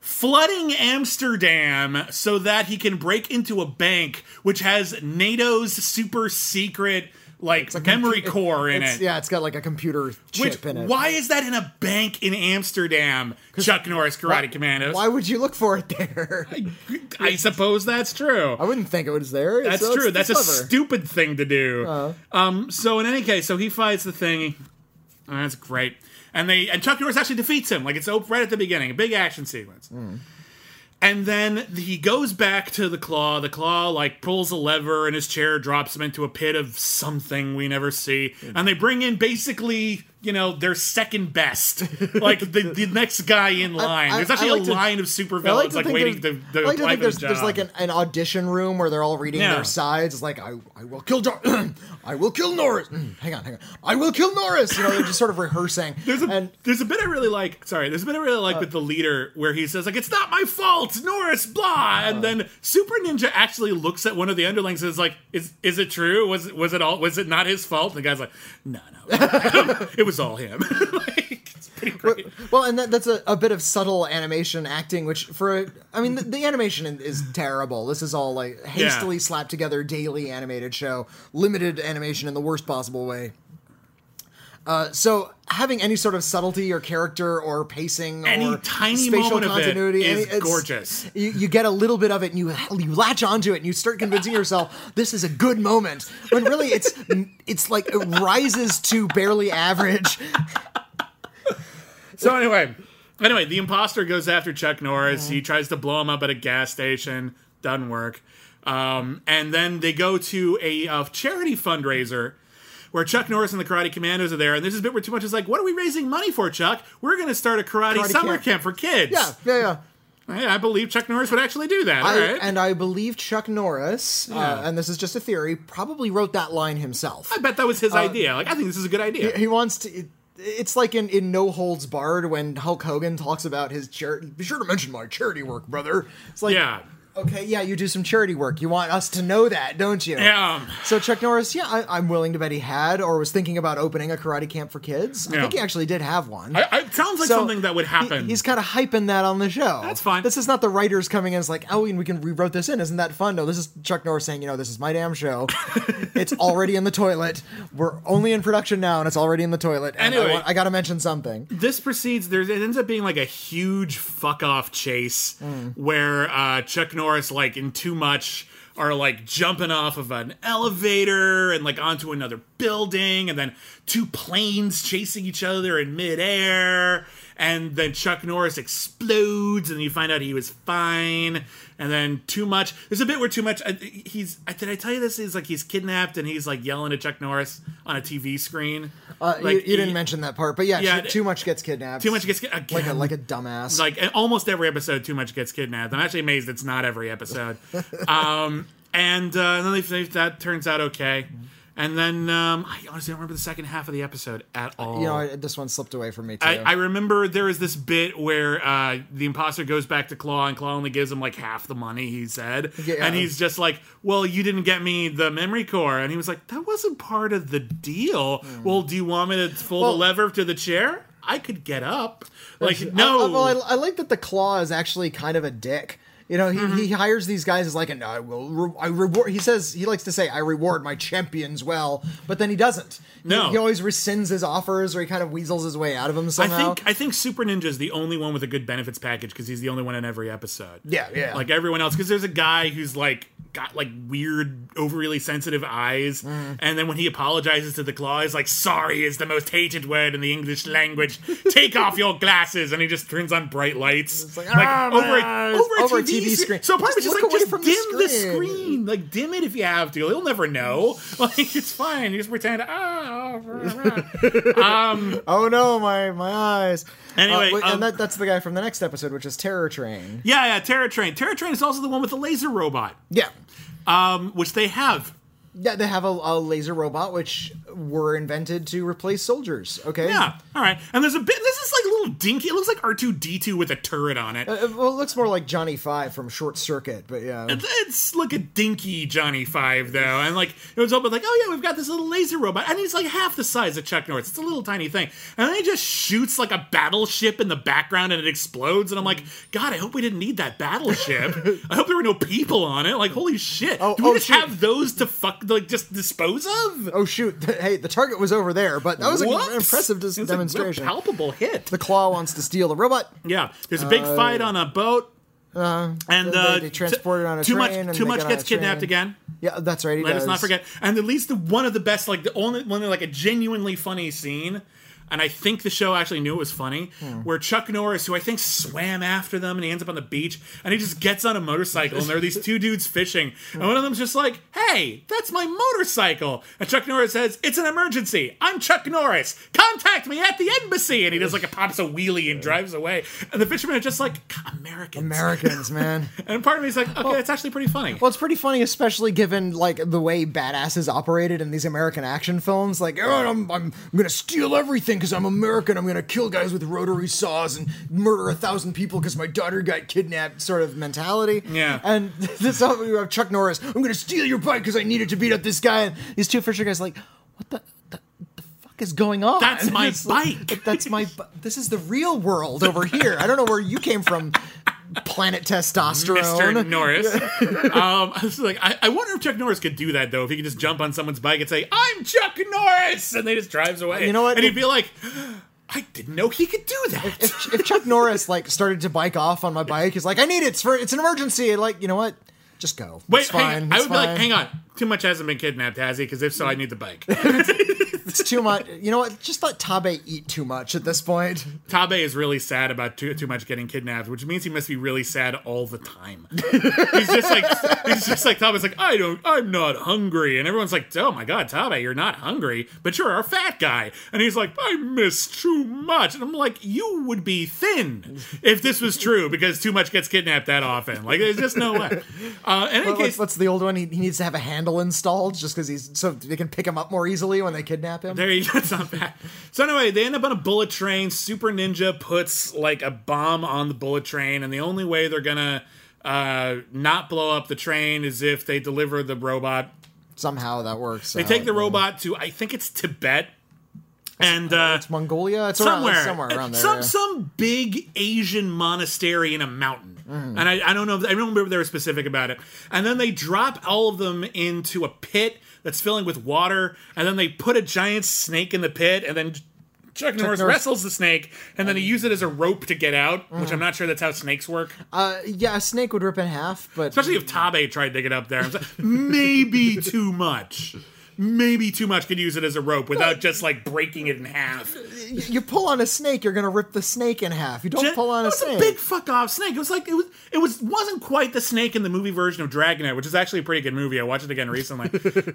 S1: flooding Amsterdam so that he can break into a bank which has NATO's super secret like, memory core in
S2: It's-
S1: it.
S2: Yeah, it's got like a computer chip
S1: Which,
S2: in it.
S1: why is that in a bank in Amsterdam? Chuck Norris Karate Commandos.
S2: Why would you look for it there?
S1: I suppose that's true.
S2: I wouldn't think it was there.
S1: That's
S2: so it's-
S1: true.
S2: it's
S1: That's a
S2: clever. Uh-huh.
S1: stupid thing to do. Um, so in any case, so he fights the thing. Oh, that's great. And they and Chuck Norris actually defeats him. Like it's op- right at the beginning, a big action sequence.
S2: Hmm.
S1: And then he goes back to the claw. The claw like pulls a lever, and his chair drops him into a pit of something we never see.
S2: Hmm.
S1: And they bring in basically, you know, their second best, like the, the next guy in line.
S2: I-
S1: there's actually
S2: I like
S1: a
S2: to-
S1: line of
S2: I
S1: supervillains
S2: like
S1: like,
S2: to think
S1: waiting
S2: there's,
S1: to, to
S2: I like to
S1: apply
S2: think
S1: for the
S2: there's, there's
S1: job.
S2: like an, an audition room where they're all reading
S1: Yeah.
S2: their sides. It's like I I will kill Jor- I will kill Norris. Mm, hang on, hang on. I will kill Norris. You know, they're just sort of rehearsing.
S1: There's a
S2: and Uh,
S1: there's a bit I really like. Sorry, there's a bit I really like with the leader where he says like it's not my fault, Norris, blah,
S2: Uh-huh.
S1: and then Super Ninja actually looks at one of the underlings and is like, is is it true? Was was it all? Was it not his fault? And the guy's like, no, no, it was all him. like, it's pretty great.
S2: well, and that, that's a, a bit of subtle animation acting, which for a, I mean, the, the animation in- is terrible. This is all like hastily slapped together daily animated show, limited animation in the worst possible way. Uh, so having any sort of subtlety or character or pacing
S1: Any
S2: or
S1: tiny
S2: spatial
S1: moment of it
S2: continuity any-
S1: is
S2: it's-
S1: gorgeous.
S2: you, you get a little bit of it and you you latch onto it and you start convincing yourself this is a good moment when really it's it's like it rises to barely average
S1: So anyway, anyway, the imposter goes after Chuck Norris. He tries to blow him up at a gas station. Doesn't work. Um, and then they go to a uh, charity fundraiser where Chuck Norris and the Karate Commandos are there. And this is a bit where Too Much is like, "What are we raising money for, Chuck? We're going to start a karate,
S2: Karate
S1: summer
S2: camp.
S1: camp. for kids."
S2: yeah yeah yeah
S1: Hey, I believe Chuck Norris would actually do that.
S2: I,
S1: All right.
S2: and I believe Chuck Norris, uh, and this is just a theory, probably wrote that line himself.
S1: I bet that was his idea. Like, I think this is a good idea.
S2: uh, He wants to. It, it's like in, in No Holds Barred when Hulk Hogan talks about his charity. Be sure to mention my charity work, brother. It's like,
S1: yeah.
S2: okay, yeah, you do some charity work. You want us to know that, don't you?
S1: Yeah.
S2: So Chuck Norris, yeah, I, I'm willing to bet he had or was thinking about opening a karate camp for kids. I
S1: Yeah.
S2: think he actually did have one.
S1: I, I, it sounds like
S2: So,
S1: something that would
S2: he-
S1: happen.
S2: he's kind of hyping that on the show.
S1: That's fine.
S2: This is not the writers coming in. It's like, oh, and we can we wrote this in. Isn't that fun? No, this is Chuck Norris saying, you know, this is my damn show. it's already in the toilet. We're only in production now, and it's already in the toilet. And I
S1: Anyway.
S2: want- I, got to mention something.
S1: this proceeds there's it ends up being like a huge fuck off chase where uh chuck norris like in too much are like jumping off of an elevator and like onto another building, and then two planes chasing each other in midair. And then Chuck Norris explodes, and you find out he was fine. And then too much. There's a bit where too much. I- He's. I- Did I tell you this? He's like he's kidnapped, and he's like yelling at Chuck Norris on a TV screen.
S2: Uh, you, you didn't
S1: he-
S2: mention that part, but yeah,
S1: Yeah,
S2: too, too much gets kidnapped.
S1: Too much gets uh, kid- again,
S2: like a like a dumbass.
S1: like uh, almost every episode too much gets kidnapped i'm actually amazed it's not every episode um and uh then they, they, that turns out okay and then um i honestly don't remember the second half of the episode at all
S2: you know, I, this one slipped away from me too.
S1: oh. I, I remember there is this bit where uh, the imposter goes back to Claw, and Claw only gives him like half the money he said,
S2: Yeah.
S1: and he's just like, "Well, you didn't get me the memory core," and he was like, "That wasn't part of the deal." Well, do you want me to fold
S2: Hmm. Well-
S1: the lever to the chair? I could get up. Like, no.
S2: I- I- well, I, I like that the claw is actually kind of a dick. You know, he,
S1: Mm-hmm.
S2: he hires these guys as like, and I will, re- I reward. He says he likes to say, I reward my champions well, but then he doesn't. He-
S1: No.
S2: he, always rescinds his offers, or he kind of weasels his way out of them somehow.
S1: I think I think Super Ninja is the only one with a good benefits package because he's the only one in every episode.
S2: Yeah, yeah.
S1: Like everyone else, because there's a guy who's like got like weird, overly sensitive eyes,
S2: Mm.
S1: and then when he apologizes to the claw, he's like, "Sorry is the most hated word in the English language. Take off your glasses," and he just turns on bright lights,
S2: like, "Ah,
S1: over,
S2: man,
S1: a,
S2: it's
S1: over, a
S2: over a
S1: TV, screen.
S2: TV screen.
S1: So part of me
S2: Just
S1: just
S2: look
S1: like
S2: away
S1: just
S2: from the
S1: dim the
S2: screen."
S1: screen, like dim it if you have to. He'll never know. Like it's fine. You just pretend. Ah,
S2: oh no, my my eyes.
S1: Anyway,
S2: Uh, wait,
S1: um,
S2: and that, that's the guy from the next episode, which is Terror Train.
S1: yeah, yeah. Terra Train. Terra Train is also the one with the laser robot.
S2: Yeah,
S1: um, which they have.
S2: yeah, they have a, a laser robot which were invented to replace soldiers. Okay,
S1: Yeah, all right. And there's a bit. This is like a little dinky. It looks like R two D two with a turret on it.
S2: Uh, well, it looks more like Johnny Five from Short Circuit, but yeah.
S1: It's like a dinky Johnny Five though, and like it was open like, oh yeah, we've got this little laser robot, and he's like half the size of Chuck Norris. It's a little tiny thing, and then he just shoots like a battleship in the background, and it explodes. And I'm like, God, I hope we didn't need that battleship. I hope there were no people on it. Like, holy shit,
S2: Oh,
S1: do we
S2: oh,
S1: just
S2: shoot.
S1: have those to fuck like just dispose of?
S2: Oh shoot! hey, the target was over there, but that was an
S1: Whoops.
S2: impressive dis-
S1: It was a real
S2: demonstration.
S1: palpable hit.
S2: the claw wants to steal the robot.
S1: Yeah, there's a big fight on a boat, and
S2: uh, they-
S1: uh,
S2: they transport it on a
S1: too much.
S2: train and
S1: too
S2: they
S1: much
S2: get on
S1: gets
S2: a train.
S1: kidnapped again.
S2: Yeah, that's right. He
S1: Let
S2: does.
S1: us not forget. And at least the, one of the best, like the only one, like a genuinely funny scene. And I think the show actually knew it was funny, where Chuck Norris, who I think swam after them, and he ends up on the beach, and he just gets on a motorcycle, and there are these two dudes fishing, and one of them's just like, "Hey, that's my motorcycle," and Chuck Norris says, "It's an emergency. I'm Chuck Norris. Contact me at the embassy," and he does like a pops a wheelie and drives away, and the fishermen are just like, "God, Americans."
S2: Americans, man.
S1: and part of me is like, "Okay, that's actually pretty funny."
S2: Well, it's pretty funny, especially given like the way badasses operated in these American action films. Like, oh, I'm, I'm gonna steal everything because I'm American. I'm gonna kill guys with rotary saws and murder a thousand people because my daughter got kidnapped. Sort of mentality.
S1: Yeah.
S2: And this you have Chuck Norris. I'm gonna steal your bike because I needed to beat up this guy. And these two Fisher guys, like, what the. the the fuck Is going on.
S1: That's my
S2: It's like,
S1: bike.
S2: That's my. bu- This is the real world over here. I don't know where you came from, planet testosterone.
S1: Mr. Norris. um, I was like, I, I wonder if Chuck Norris could do that though. If he could just jump on someone's bike and say, "I'm Chuck Norris," and they just drives away.
S2: You know what?
S1: And he'd be like, "I didn't know he could do that."
S2: if, if Chuck Norris like started to bike off on my bike, he's like, I need it. It's for it's an emergency. And, like, you know what? Just go.
S1: Wait,
S2: it's fine.
S1: hang,
S2: it's
S1: I would be
S2: fine. Mm.
S1: like, "Hang on, too much hasn't been kidnapped, has he? Because if so, I need the bike."
S2: It's too much. You know what? Just let Tabe eat too much at this point.
S1: Tabe is really sad about too, too much getting kidnapped, which means he must be really sad all the time. he's just like he's just like Tabe's like I don't I'm not hungry, and everyone's like, oh my god, Tabe, you're not hungry, but you're our fat guy, and he's like, I miss too much, and I'm like, you would be thin if this was true because too much gets kidnapped that often. Like there's just no way. Uh, in any
S2: What's,
S1: case,
S2: what's the old one? He, he needs to have a handle installed just because he's so they can pick him up more easily when they kidnap him.
S1: There you go. It's not bad. So anyway, they end up on a bullet train. Super Ninja puts like a bomb on the bullet train, and the only way they're gonna uh, not blow up the train is if they deliver the robot.
S2: Somehow that works.
S1: They take the robot to I think it's Tibet, and uh,
S2: It's Mongolia. It's
S1: somewhere,
S2: around, it's somewhere around there.
S1: some
S2: yeah.
S1: some big Asian monastery in a mountain.
S2: Mm-hmm.
S1: And I, I don't know. if- I don't remember if they were specific about it. And then they drop all of them into a pit that's filling with water, and then they put a giant snake in the pit, and then Chuck Norris
S2: Norris-
S1: wrestles the snake, and then he used it as a rope to get out, which
S2: Mm.
S1: I'm not sure that's how snakes work.
S2: Uh, yeah, a snake would rip in half, but
S1: Especially if
S2: Um,
S1: Tabe tried to get up there. I'm so- maybe too much. Maybe too much could use it as a rope without just like breaking it in half.
S2: y- you pull on a snake, you're gonna rip the snake in half. You don't pull on
S1: it
S2: a
S1: was
S2: snake.
S1: a big fuck off snake. It was like it was it was wasn't quite the snake in the movie version of Dragonite, which is actually a pretty good movie. I watched it again recently,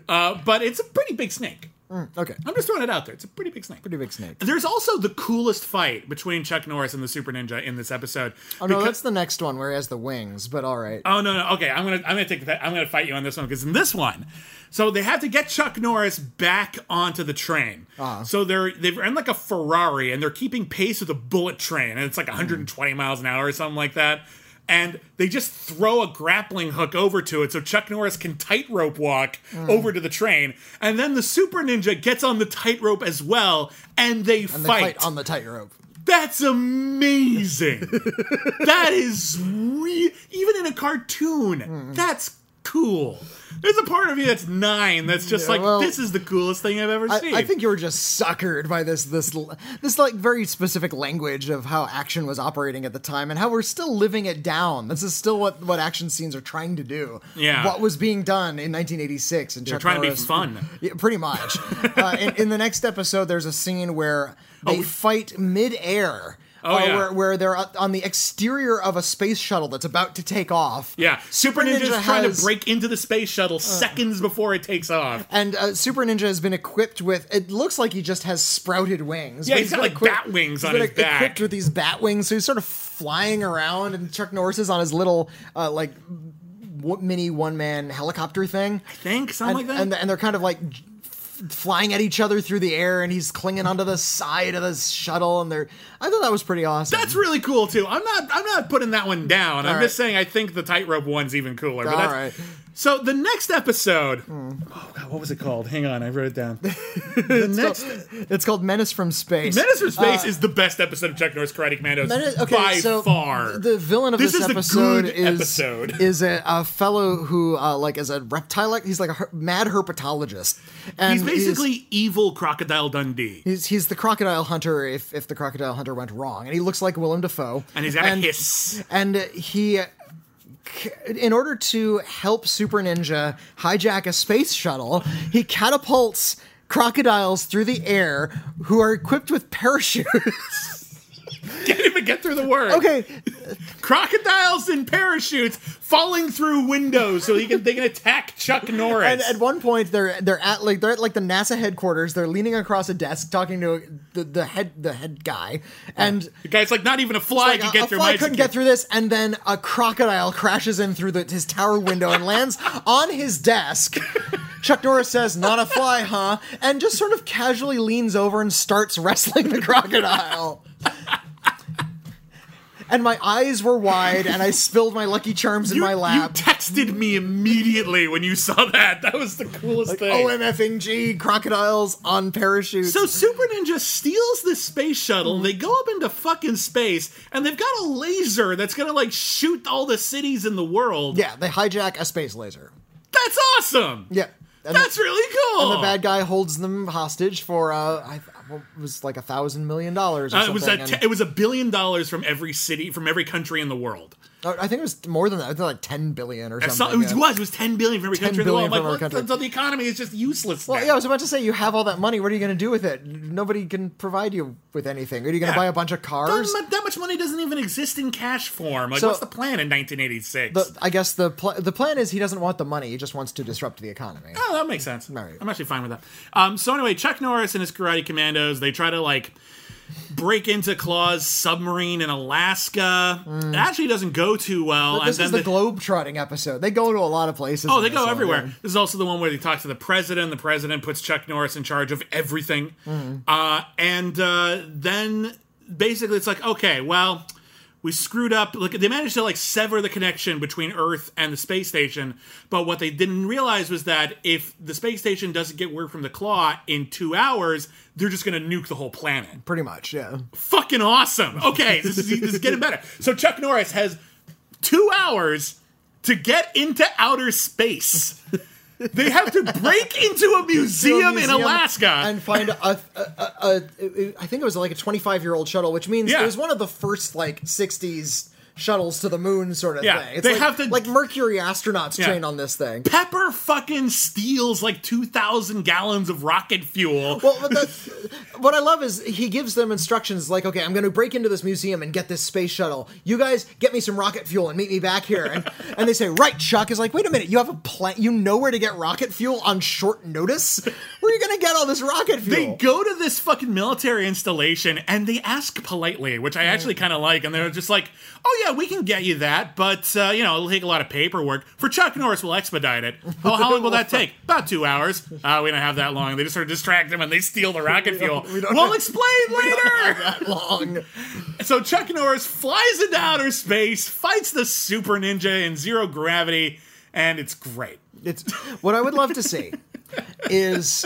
S1: uh, but it's a pretty big snake.
S2: okay,
S1: I'm just throwing it out there. It's a pretty big snake.
S2: pretty big snake.
S1: There's also the coolest fight between Chuck Norris and the Super Ninja in this episode.
S2: Oh no, that's the next one where he has the wings. But all right,
S1: Oh no, no. Okay, I'm gonna I'm gonna take that. I'm gonna fight you on this one because in this one, so they have to get Chuck Norris back onto the train. So they're they're in like a Ferrari and they're keeping pace with a bullet train and it's like 120 miles an hour or something like that. And they just throw a grappling hook over to it so Chuck Norris can tightrope walk over to the train. And then the super ninja gets on the tightrope as well and they
S2: and they
S1: fight.
S2: fight on the tightrope.
S1: That's amazing. that is re- even in a cartoon.
S2: Hmm.
S1: That's cool. There's a part of me that's nine that's just like
S2: well,
S1: this is the coolest thing I've ever
S2: I,
S1: seen.
S2: I think you were just suckered by this this l- this like very specific language of how action was operating at the time and how we're still living it down. This is still what what action scenes are trying to do.
S1: Yeah.
S2: what was being done in 1986 and
S1: they're trying to be fun.
S2: Yeah, pretty much. uh, in, in the next episode, there's a scene where they fight midair.
S1: Oh,
S2: uh,
S1: yeah.
S2: where, where they're o- on the exterior of a space shuttle that's about to take off.
S1: Yeah, Super Ninja's
S2: Ninja
S1: trying
S2: has- uh,
S1: to break into the space shuttle seconds before it takes off.
S2: And uh, Super Ninja has been equipped with. It looks like he just has sprouted wings.
S1: Yeah,
S2: but
S1: he's got
S2: been
S1: like
S2: equipped-
S1: bat wings on
S2: been
S1: his
S2: e-
S1: back.
S2: equipped with these bat wings, so he's sort of flying around. And Chuck Norris is on his little uh, like w- mini one man helicopter thing,
S1: Think something
S2: and,
S1: like that.
S2: and and they're kind of like j- f- flying at each other through the air, and he's clinging onto the side of the shuttle. And they're, I thought that was pretty awesome.
S1: that's really cool too. I'm not. I'm not putting that one down. I'm
S2: All
S1: just saying. I think the tightrope one's even cooler. But
S2: All
S1: that's,
S2: right. Hmm.
S1: So the next episode. Oh God, what was it called? Hang on, I wrote it down. the next
S2: it's called Menace from Space.
S1: Menace from Space is the best episode of Chuck Norris Karate Commandos
S2: Uh, Menace- okay,
S1: by
S2: so
S1: far.
S2: The villain of
S1: This
S2: this,
S1: is the
S2: episode
S1: good
S2: is
S1: episode.
S2: is a, a fellow who uh, like is a reptile. He's like a her- mad herpetologist, and
S1: he's basically evil Crocodile Dundee,
S2: He's, he's the crocodile hunter if, if the crocodile hunter went wrong. And he looks like Willem Dafoe.
S1: and he's got a hiss.
S2: And he, c- in order to help Super Ninja hijack a space shuttle, he catapults crocodiles through the air who are equipped with parachutes.
S1: Can't even get through the word.
S2: okay,
S1: crocodiles in parachutes falling through windows so he can they can attack Chuck Norris.
S2: And at one point, they're they're at like they're at like the NASA headquarters. They're leaning across a desk, talking to the, the head the head guy, and
S1: the guy's like, not even a fly
S2: like,
S1: could
S2: a,
S1: get
S2: a
S1: through my
S2: fly couldn't
S1: security."
S2: get through this. And then a crocodile crashes in through the, his tower window and lands on his desk. Chuck Norris says, "Not a fly, huh?" And just sort of casually leans over and starts wrestling the crocodile. And my eyes were wide, and I spilled my Lucky Charms in
S1: You-
S2: my lap.
S1: You texted me immediately when you saw that. That was the coolest
S2: oh,
S1: thing.
S2: OMFNG crocodiles on parachutes.
S1: So Super Ninja steals this space shuttle. They go up into fucking space, and they've got a laser that's gonna like shoot all the cities in the world.
S2: yeah, they hijack a space laser.
S1: that's awesome.
S2: Yeah, and
S1: that's really cool.
S2: the, the bad guy holds them hostage for uh, I, what was like a thousand million dollars. Or
S1: Uh, it
S2: something.
S1: was a
S2: and-
S1: t- it was a billion dollars from every city from every country in the world.
S2: or I think it was more than that. I think like ten billion or something.
S1: So, it was,
S2: yeah.
S1: was it was ten billion from every country in the world. I'm
S2: billion
S1: like,
S2: from every
S1: what-
S2: country.
S1: so the economy is just useless.
S2: Well,
S1: now.
S2: yeah, I was about to say you have all that money. What are you going to do with it? Nobody can provide you with anything. Are you going
S1: Yeah.
S2: to buy a bunch of cars?
S1: That mu- that much money doesn't even exist in cash form. Like,
S2: So-
S1: what's the plan in 1986?
S2: The- I guess the pl- the plan is he doesn't want the money. He just wants to disrupt the economy.
S1: Oh, that makes sense.
S2: Right.
S1: I'm actually fine with that. Um, so anyway, Chuck Norris and his karate commandos, they try to like break into Claw's submarine in Alaska. It actually doesn't go too well.
S2: Mm. This
S1: and
S2: is
S1: then
S2: the globe trotting episode. They go to a lot of places.
S1: Oh, they go everywhere. This is also the one where they talk to the president. The president puts Chuck Norris in charge of everything. Uh, and uh, then basically it's like, okay, well, we screwed up. Look, they managed to like sever the connection between Earth and the space station. But what they didn't realize was that if the space station doesn't get word from the claw in two hours, they're just going to nuke the whole planet
S2: Pretty much, yeah.
S1: fucking awesome. Okay, this is, this is getting better. So Chuck Norris has two hours to get into outer space. They have to break into a museum, in
S2: museum
S1: Alaska.
S2: and find a, a, a, a, a I think it was like a 25 year old shuttle, which means
S1: Yeah.
S2: it was one of the first like 60s shuttles to the moon sort of
S1: Yeah,
S2: thing. It's
S1: they
S2: like,
S1: have to-
S2: like Mercury astronauts
S1: Yeah.
S2: train on this thing.
S1: Pepper fucking steals like 2,000 gallons of rocket fuel.
S2: Well, but the, what I love is he gives them instructions like, okay, I'm going to break into this museum and get this space shuttle. You guys get me some rocket fuel and meet me back here. And, and they say, right, Chuck is like, wait a minute, you have a plan. You know where to get rocket fuel on short notice. Where are you going to get all this rocket fuel?
S1: They go to this fucking military installation and they ask politely, which I actually kind of like. And they're just like, oh, yeah, we can get you that, but, uh, you know, it'll take a lot of paperwork. For Chuck Norris, we'll expedite it. Oh, how long will that take? About two hours. Uh, we don't have that long. They just sort of distract him and they steal the rocket fuel. We will explain later.
S2: long.
S1: So Chuck Norris flies into outer space, fights the super ninja in zero gravity, and it's great.
S2: It's what I would love to see is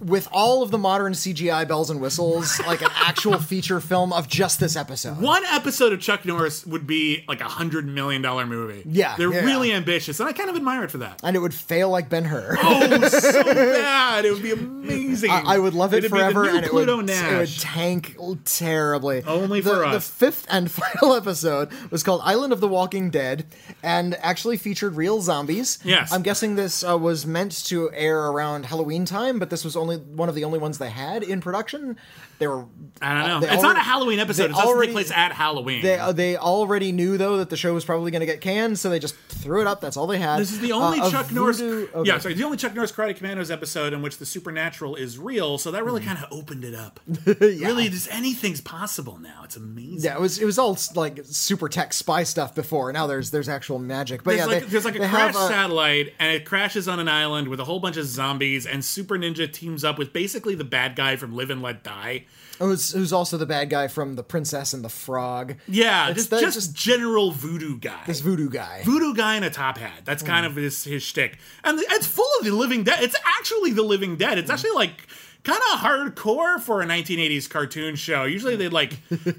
S2: with all of the modern CGI bells and whistles, like an actual feature film of just this episode.
S1: One episode of Chuck Norris would be like a hundred million dollar movie.
S2: Yeah,
S1: they're
S2: yeah.
S1: really ambitious, and I kind of admire it for that.
S2: And it would fail like Ben Hur.
S1: Oh, so bad! It would be amazing.
S2: I would love it
S1: It'd be the
S2: forever,
S1: new
S2: and it would,
S1: Pluto
S2: it would
S1: Nash.
S2: tank terribly.
S1: Only
S2: the,
S1: for
S2: The
S1: us.
S2: fifth and final episode was called "Island of the Walking Dead" and actually featured real zombies.
S1: Yes.
S2: I'm guessing this uh, was meant to air around Halloween time, but this was only one of the only ones they had in production. They were.
S1: I don't know.
S2: uh,
S1: It's
S2: they
S1: not a
S2: alre-
S1: Halloween episode.
S2: they
S1: It doesn't
S2: already-
S1: take place at Halloween.
S2: They, uh, they already knew though that the show was probably going to get canned, so they just threw it up. That's all they had.
S1: This is the only
S2: Uh, a
S1: Chuck Norris.
S2: voodoo- okay.
S1: Yeah, sorry, the only Chuck Norris Karate Commandos episode in which the supernatural is real. So that really
S2: Mm.
S1: kind of opened it up. Really, just anything's possible now. It's amazing.
S2: Yeah, it was it was all s- like super tech spy stuff before. Now there's there's actual magic, but
S1: There's,
S2: yeah,
S1: like,
S2: they,
S1: there's like a
S2: they
S1: crash
S2: have, uh,
S1: satellite, and it crashes on an island with a whole bunch of zombies, and Super Ninja teams up with basically the bad guy from Live and Let Die.
S2: who's who's also the bad guy from the Princess and the Frog.
S1: Yeah,
S2: It's
S1: just,
S2: that-
S1: just
S2: just-
S1: general voodoo guy.
S2: This voodoo guy.
S1: voodoo guy in a top hat. That's
S2: Mm.
S1: kind of his, his shtick. And the- it's full of the living dead. It's actually the living dead.
S2: Mm.
S1: It's actually like kind of hardcore for a 1980s cartoon show. Usually they like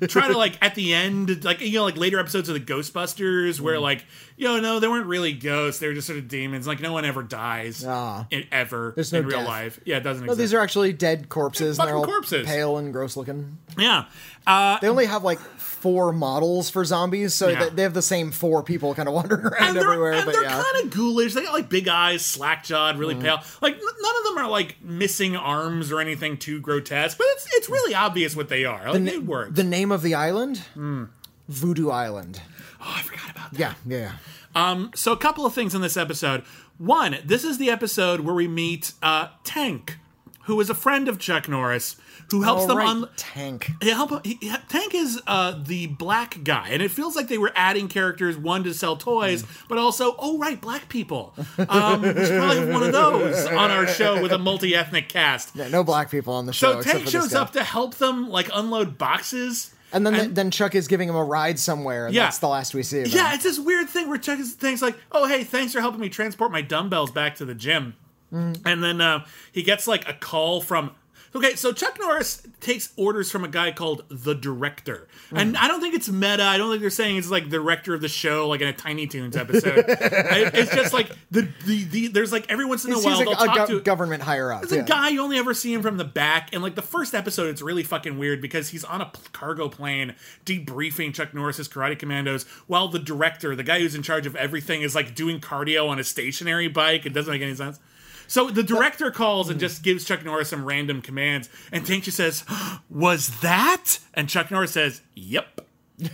S1: try to like at the end, like, you know, like later episodes of the Ghostbusters where
S2: Mm.
S1: like, you know, no, they weren't really ghosts. They were just sort of demons. Like no one ever dies
S2: Ah.
S1: in, ever
S2: There's no
S1: in real
S2: death.
S1: life. Yeah, it doesn't
S2: No,
S1: exist.
S2: these are actually dead corpses.
S1: They're
S2: and they're all
S1: fucking corpses.
S2: pale and gross looking.
S1: yeah. Uh,
S2: They only have like four models for zombies, so
S1: Yeah.
S2: they, they have the same four people kind of wandering around
S1: and they're,
S2: everywhere.
S1: and
S2: but
S1: they're
S2: yeah, Mm.
S1: kind of ghoulish. They got like big eyes, slack jawed, really pale. Like n- none of them are like missing arms or anything too grotesque. But it's it's really obvious what they are. Like,
S2: Na-
S1: it works.
S2: The name of the island,
S1: Hmm.
S2: Voodoo Island.
S1: oh, I forgot about that.
S2: Yeah, yeah. yeah.
S1: Um, so a couple of things in this episode. One, this is the episode where we meet uh, Tank, who is a friend of Chuck Norris, who helps
S2: All
S1: them
S2: Oh, right,
S1: on.
S2: tank.
S1: They help, he, he- Tank is uh, the black guy, and it feels like they were adding characters one to sell toys,
S2: Mm.
S1: but also oh right, black people. Um, we should probably have one of those on our show with a multi-ethnic cast.
S2: Yeah, no black people on the show.
S1: so
S2: except
S1: Tank
S2: for this
S1: shows
S2: guy.
S1: up to help them like unload boxes.
S2: and then then Chuck is giving him a ride somewhere, and
S1: Yeah.
S2: that's the last we see of him.
S1: Yeah, it's this weird thing where Chuck is things like, "Oh, hey, thanks for helping me transport my dumbbells back to the gym," and then uh, he gets like a call from. Okay, so Chuck Norris takes orders from a guy called the director, and I don't think it's meta. I don't think they're saying it's like the director of the show, like in a Tiny Toons episode. I- it's just like the, the the there's like every once in a
S2: He
S1: while
S2: seems
S1: they'll
S2: like a
S1: talk
S2: go-
S1: to
S2: government higher up.
S1: the
S2: yeah.
S1: guy you only ever see him from the back and like the first episode it's really fucking weird because he's on a p- cargo plane debriefing chuck norris's karate commandos while the director the guy who's in charge of everything is like doing cardio on a stationary bike it doesn't make any sense so the director calls and just gives Chuck Norris some random commands, and Tank just says, "Was that?" And Chuck Norris says, "Yep."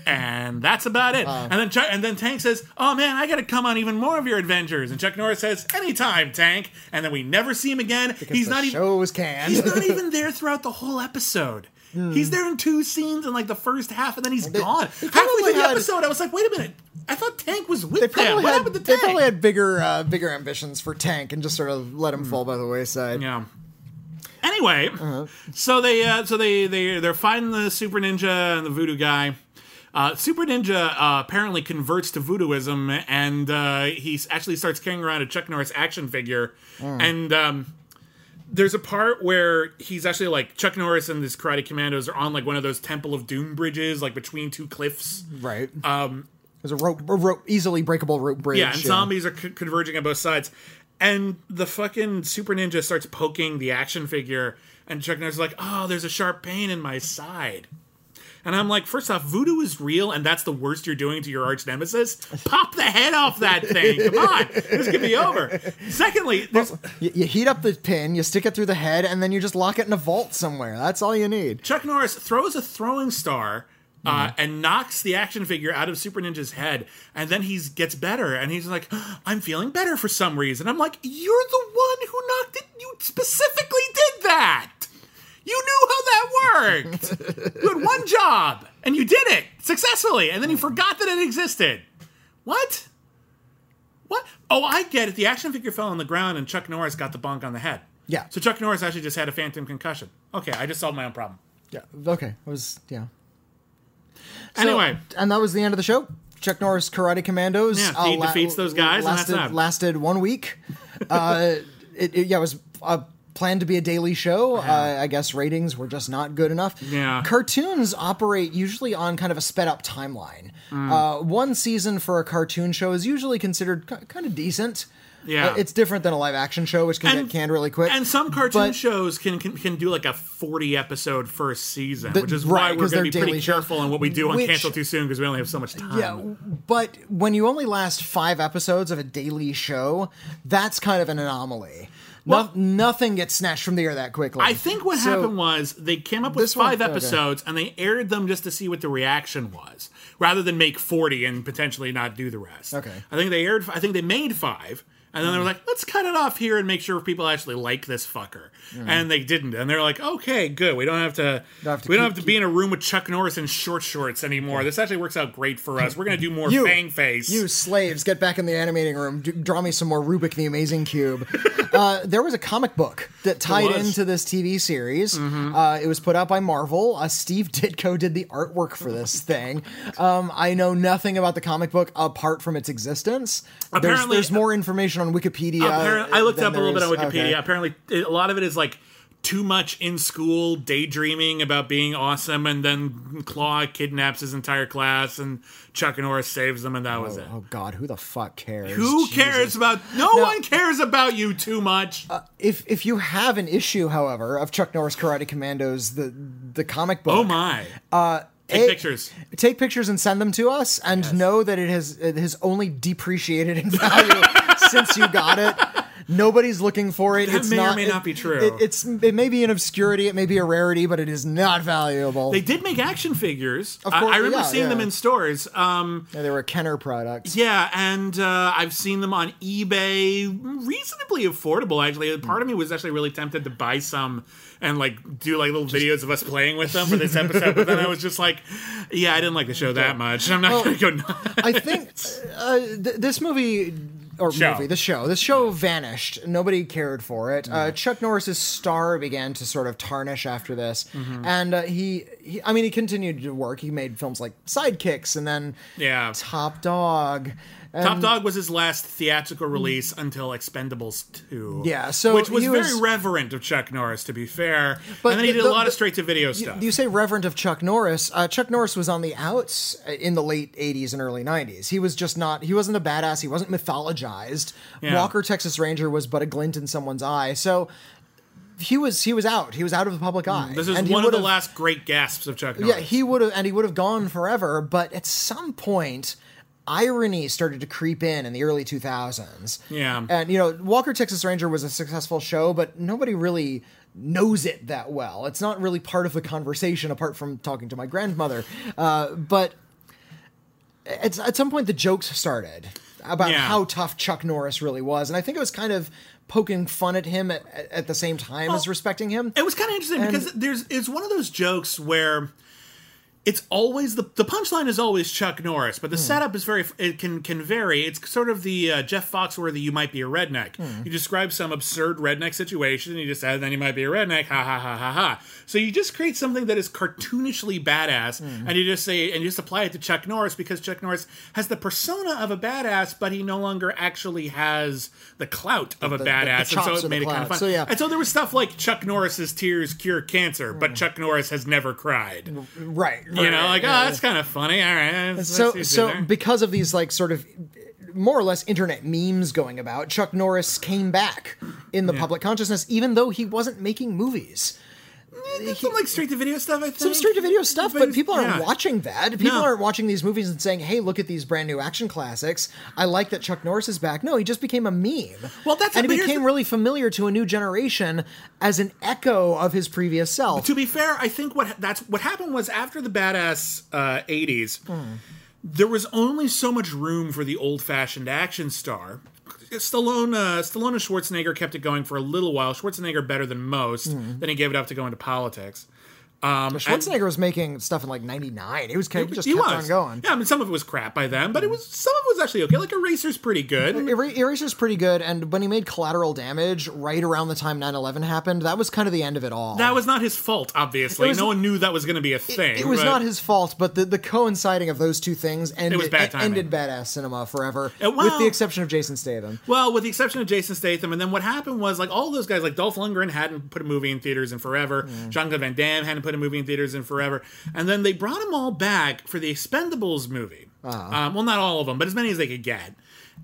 S1: And that's about it. and then Chuck, and then Tank says, "Oh man, I got to come on even more of your adventures." And Chuck Norris says, "Anytime, Tank." And then we never see him again. he's
S2: the
S1: not even
S2: show was canned.
S1: he's not even there throughout the whole episode. He's there in two scenes in like the first half, and then he's gone. Halfway through
S2: Hmm. probably
S1: the
S2: had-
S1: episode, I was like, "Wait a minute! I thought Tank was with
S2: they
S1: them.
S2: probably
S1: What
S2: had
S1: happened to
S2: they
S1: Tank?"
S2: probably had bigger uh, bigger ambitions for Tank and just sort of let him fall by the wayside.
S1: Hmm. Yeah. Anyway, so they uh, so they they they're fighting the super ninja and the voodoo guy. Uh, super ninja uh, apparently converts to voodooism, and uh, he s- actually starts carrying around a Chuck Norris action figure. And um, there's a part where he's actually like Chuck Norris and his Karate Commandos are on like one of those Temple of Doom bridges, like between two cliffs.
S2: Right. Um, it was a rope, a rope, easily breakable rope bridge.
S1: Yeah, and zombies are c- converging on both sides. And the fucking super ninja starts poking the action figure, and Chuck Norris is like, "Oh, there's a sharp pain in my side." And I'm like, first off, voodoo is real, and that's the worst you're doing to your arch nemesis. Pop the head off that thing. Come on, this could be over. Secondly, there's,
S2: You, you heat up the pin, you stick it through the head, and then you just lock it in a vault somewhere. That's all you need.
S1: Chuck Norris throws a throwing star uh, and knocks the action figure out of Super Ninja's head, and then he gets better, and he's like, "I'm feeling better for some reason." I'm like, "You're the one who knocked it. You specifically did that. You knew how that worked. you had one job, and you did it successfully, and then you forgot that it existed. What?" What? Oh, I get it. The action figure fell on the ground and Chuck Norris got the bonk on the head.
S2: Yeah.
S1: So Chuck Norris actually just had a phantom concussion. Okay, I just solved my own problem.
S2: Yeah. Okay. It was yeah. So-
S1: Anyway,
S2: and that was the end of the show. Chuck Norris Karate Commandos. Uh,
S1: Yeah, he defeats those guys, and that's
S2: Lasted
S1: that.
S2: lasted one week. Uh, it, it- yeah, it was uh, planned to be a daily show. Uh, I guess ratings were just not good enough.
S1: Yeah.
S2: cartoons operate usually on kind of a sped up timeline.
S1: Mm.
S2: Uh, one season for a cartoon show is usually considered ki kind of decent.
S1: Yeah.
S2: Uh, it's different than a live action show, which can
S1: And-
S2: get canned really quick.
S1: and some cartoon
S2: but-
S1: shows can, can can do like a forty episode first season, which is why
S2: right,
S1: we're
S2: 'cause
S1: going to be
S2: they're
S1: pretty
S2: daily shows,
S1: careful on what we do on
S2: which-
S1: cancel too soon because we only have so much time.
S2: Yeah, but when you only last five episodes of a daily show, that's kind of an anomaly. No-
S1: Well-
S2: nothing gets snatched from the air that quickly.
S1: I think what
S2: So-
S1: happened was they came up with
S2: This one-
S1: five
S2: okay.
S1: episodes and they aired them just to see what the reaction was, rather than make forty and potentially not do the rest.
S2: Okay.
S1: I think they aired. I think they made five, and then they were like, "Let's cut it off here and make sure people actually like this fucker." And they didn't, and they're like, "Okay, good. We don't have to.
S2: Don't have to
S1: we don't
S2: keep-
S1: have to be in a room with Chuck Norris in short shorts anymore. This actually works out great for us. We're gonna do more
S2: You-
S1: Fang Face.
S2: You slaves, get back in the animating room. D- draw me some more Rubik the Amazing Cube. uh, there was a comic book that tied
S1: was. Mm-hmm.
S2: into this TV series. Uh, it was put out by Marvel. Uh, Steve Ditko did the artwork for this thing. Um, I know nothing about the comic book apart from its existence. There's-
S1: Apparently-
S2: there's, more information on Wikipedia.
S1: Apparently, I looked
S2: than
S1: up a
S2: there
S1: little bit on
S2: is-
S1: Wikipedia.
S2: okay.
S1: Apparently, it- a lot of it is like too much in school daydreaming about being awesome, and then Claw kidnaps his entire class, and Chuck and Norris saves them, and that was it.
S2: Oh God, who the fuck cares?
S1: Who
S2: Jesus. Uh,
S1: cares about? No, one cares about you too much.
S2: If if you have an issue, however, of Chuck Norris Karate Commandos, the the comic book,
S1: oh my! Uh, Take
S2: A-
S1: pictures.
S2: take pictures and send them to us, and know that it has it has only depreciated in value since you got it. Nobody's looking for it.
S1: That
S2: it's
S1: may or
S2: not,
S1: may
S2: it-
S1: not be true.
S2: It, it's it may be an obscurity, it may be a rarity, but it is not valuable.
S1: They did make action figures. Of
S2: course,
S1: I, I remember
S2: yeah,
S1: seeing them
S2: yeah.
S1: in stores. Um,
S2: Yeah, they were a Kenner product.
S1: Yeah, and uh, I've seen them on eBay, reasonably affordable. Actually, part of me was actually really tempted to buy some and like do like little videos of us playing with them for this episode. but then I was just like, yeah, I didn't like the show that much. I'm not gonna go. nuts.
S2: I think uh, th- this movie or
S1: Show.
S2: movie, this show, this show vanished. Nobody cared for it. Uh, Chuck Norris's star began to sort of tarnish after this,
S1: Mm-hmm.
S2: and uh, he, he, I mean, he continued to work. He made films like Sidekicks, and then
S1: Yeah.
S2: Top Dog. And
S1: Top Dog was his last theatrical release until Expendables 2.
S2: Yeah, so
S1: which was
S2: he
S1: very
S2: was-
S1: reverent of Chuck Norris, to be fair.
S2: But
S1: and then he
S2: the-
S1: did a
S2: the-
S1: lot of
S2: the-
S1: straight to video stuff.
S2: You say reverend of Chuck Norris. Uh, Chuck Norris was on the outs uh, in the late 80s and early 90s. He was just not, he wasn't a badass. He wasn't mythologized.
S1: Yeah.
S2: Walker, Texas Ranger was but a glint in someone's eye. So he was, he was out. He was out of the public eye.
S1: Mm, this is
S2: And he
S1: one of the
S2: would've-
S1: last great gasps of Chuck Norris.
S2: Yeah, he would have, and he would have gone forever. But at some point, irony started to creep in in the early 2000s.
S1: Yeah.
S2: and you know, Walker Texas Ranger was a successful show, but nobody really knows it that well. It's not really part of the conversation apart from talking to my grandmother. Uh, but at, at some point, the jokes started about
S1: Yeah.
S2: how tough Chuck Norris really was, and I think it was kind of poking fun at him at, at- at the same time as respecting him.
S1: It was kind of interesting because there's it's one of those jokes where it's always the the punchline is always Chuck Norris, but the
S2: Hmm.
S1: setup is very it can can vary. It's sort of the uh, Jeff Foxworthy "You might be a redneck."
S2: Hmm.
S1: You describe some absurd redneck situation, and you just add, "Then you might be a redneck." Ha ha ha ha ha. So you just create something that is cartoonishly badass,
S2: Hmm.
S1: and you just say and you just apply it to Chuck Norris because Chuck Norris has the persona of a badass, but he no longer actually has the clout of a
S2: the- the
S1: badass, and so
S2: chops
S1: it
S2: of the
S1: made it kind of fun.
S2: clout. So, yeah.
S1: And so there was stuff like Chuck Norris's tears cure cancer,
S2: Hmm.
S1: but Chuck Norris has never cried. You "Ah,
S2: Right,
S1: know, like oh, that's kind of funny. All right, that's-
S2: so
S1: that's easy
S2: so
S1: there.
S2: because of these like sort of more or less internet memes going about, Chuck Norris came back in the public consciousness, even though he wasn't making movies.
S1: some like straight to video stuff. I think
S2: Some straight to video stuff, but,
S1: it's-
S2: people aren't
S1: yeah.
S2: watching that. People
S1: No.
S2: aren't watching these movies and saying, "Hey, look at these brand new action classics." I like that Chuck Norris is back. No, he just became a meme.
S1: Well, that's-
S2: and
S1: but
S2: he
S1: here's
S2: became
S1: the-
S2: really familiar to a new generation as an echo of his previous self.
S1: To be fair, I think what that's what happened was after the badass uh, '80s,
S2: Hmm.
S1: there was only so much room for the old-fashioned action star. Stallone, uh, Stallone and Schwarzenegger kept it going for a little while. Schwarzenegger better than most.
S2: Hmm.
S1: Then he gave it up to go into politics.
S2: Schwarzenegger was making stuff in like '99. He was kind of just
S1: he
S2: kept
S1: was
S2: on going.
S1: Yeah, I mean, some of it was crap by then, but it was some of it was actually okay. Like Eraser's pretty good.
S2: Era- Eraser's pretty good, and when he made Collateral Damage right around the time 9 11 happened, that was kind of the end of it all.
S1: That was not his fault, obviously. no one knew that was going to be a thing.
S2: it was
S1: but-
S2: not his fault, but the, the coinciding of those two things ended,
S1: was bad
S2: e- ended
S1: timing.
S2: badass cinema forever,
S1: Uh,
S2: with
S1: well-
S2: the exception of Jason Statham.
S1: Well, with the exception of Jason Statham, and then what happened was like all those guys, like Dolph Lundgren hadn't put a movie in theaters in forever.
S2: Mm.
S1: Jean Claude Van Damme hadn't put a movie in theaters in forever, and then they brought them all back for the Expendables movie.
S2: Uh-huh.
S1: Um, well, not all of them, but as many as they could get,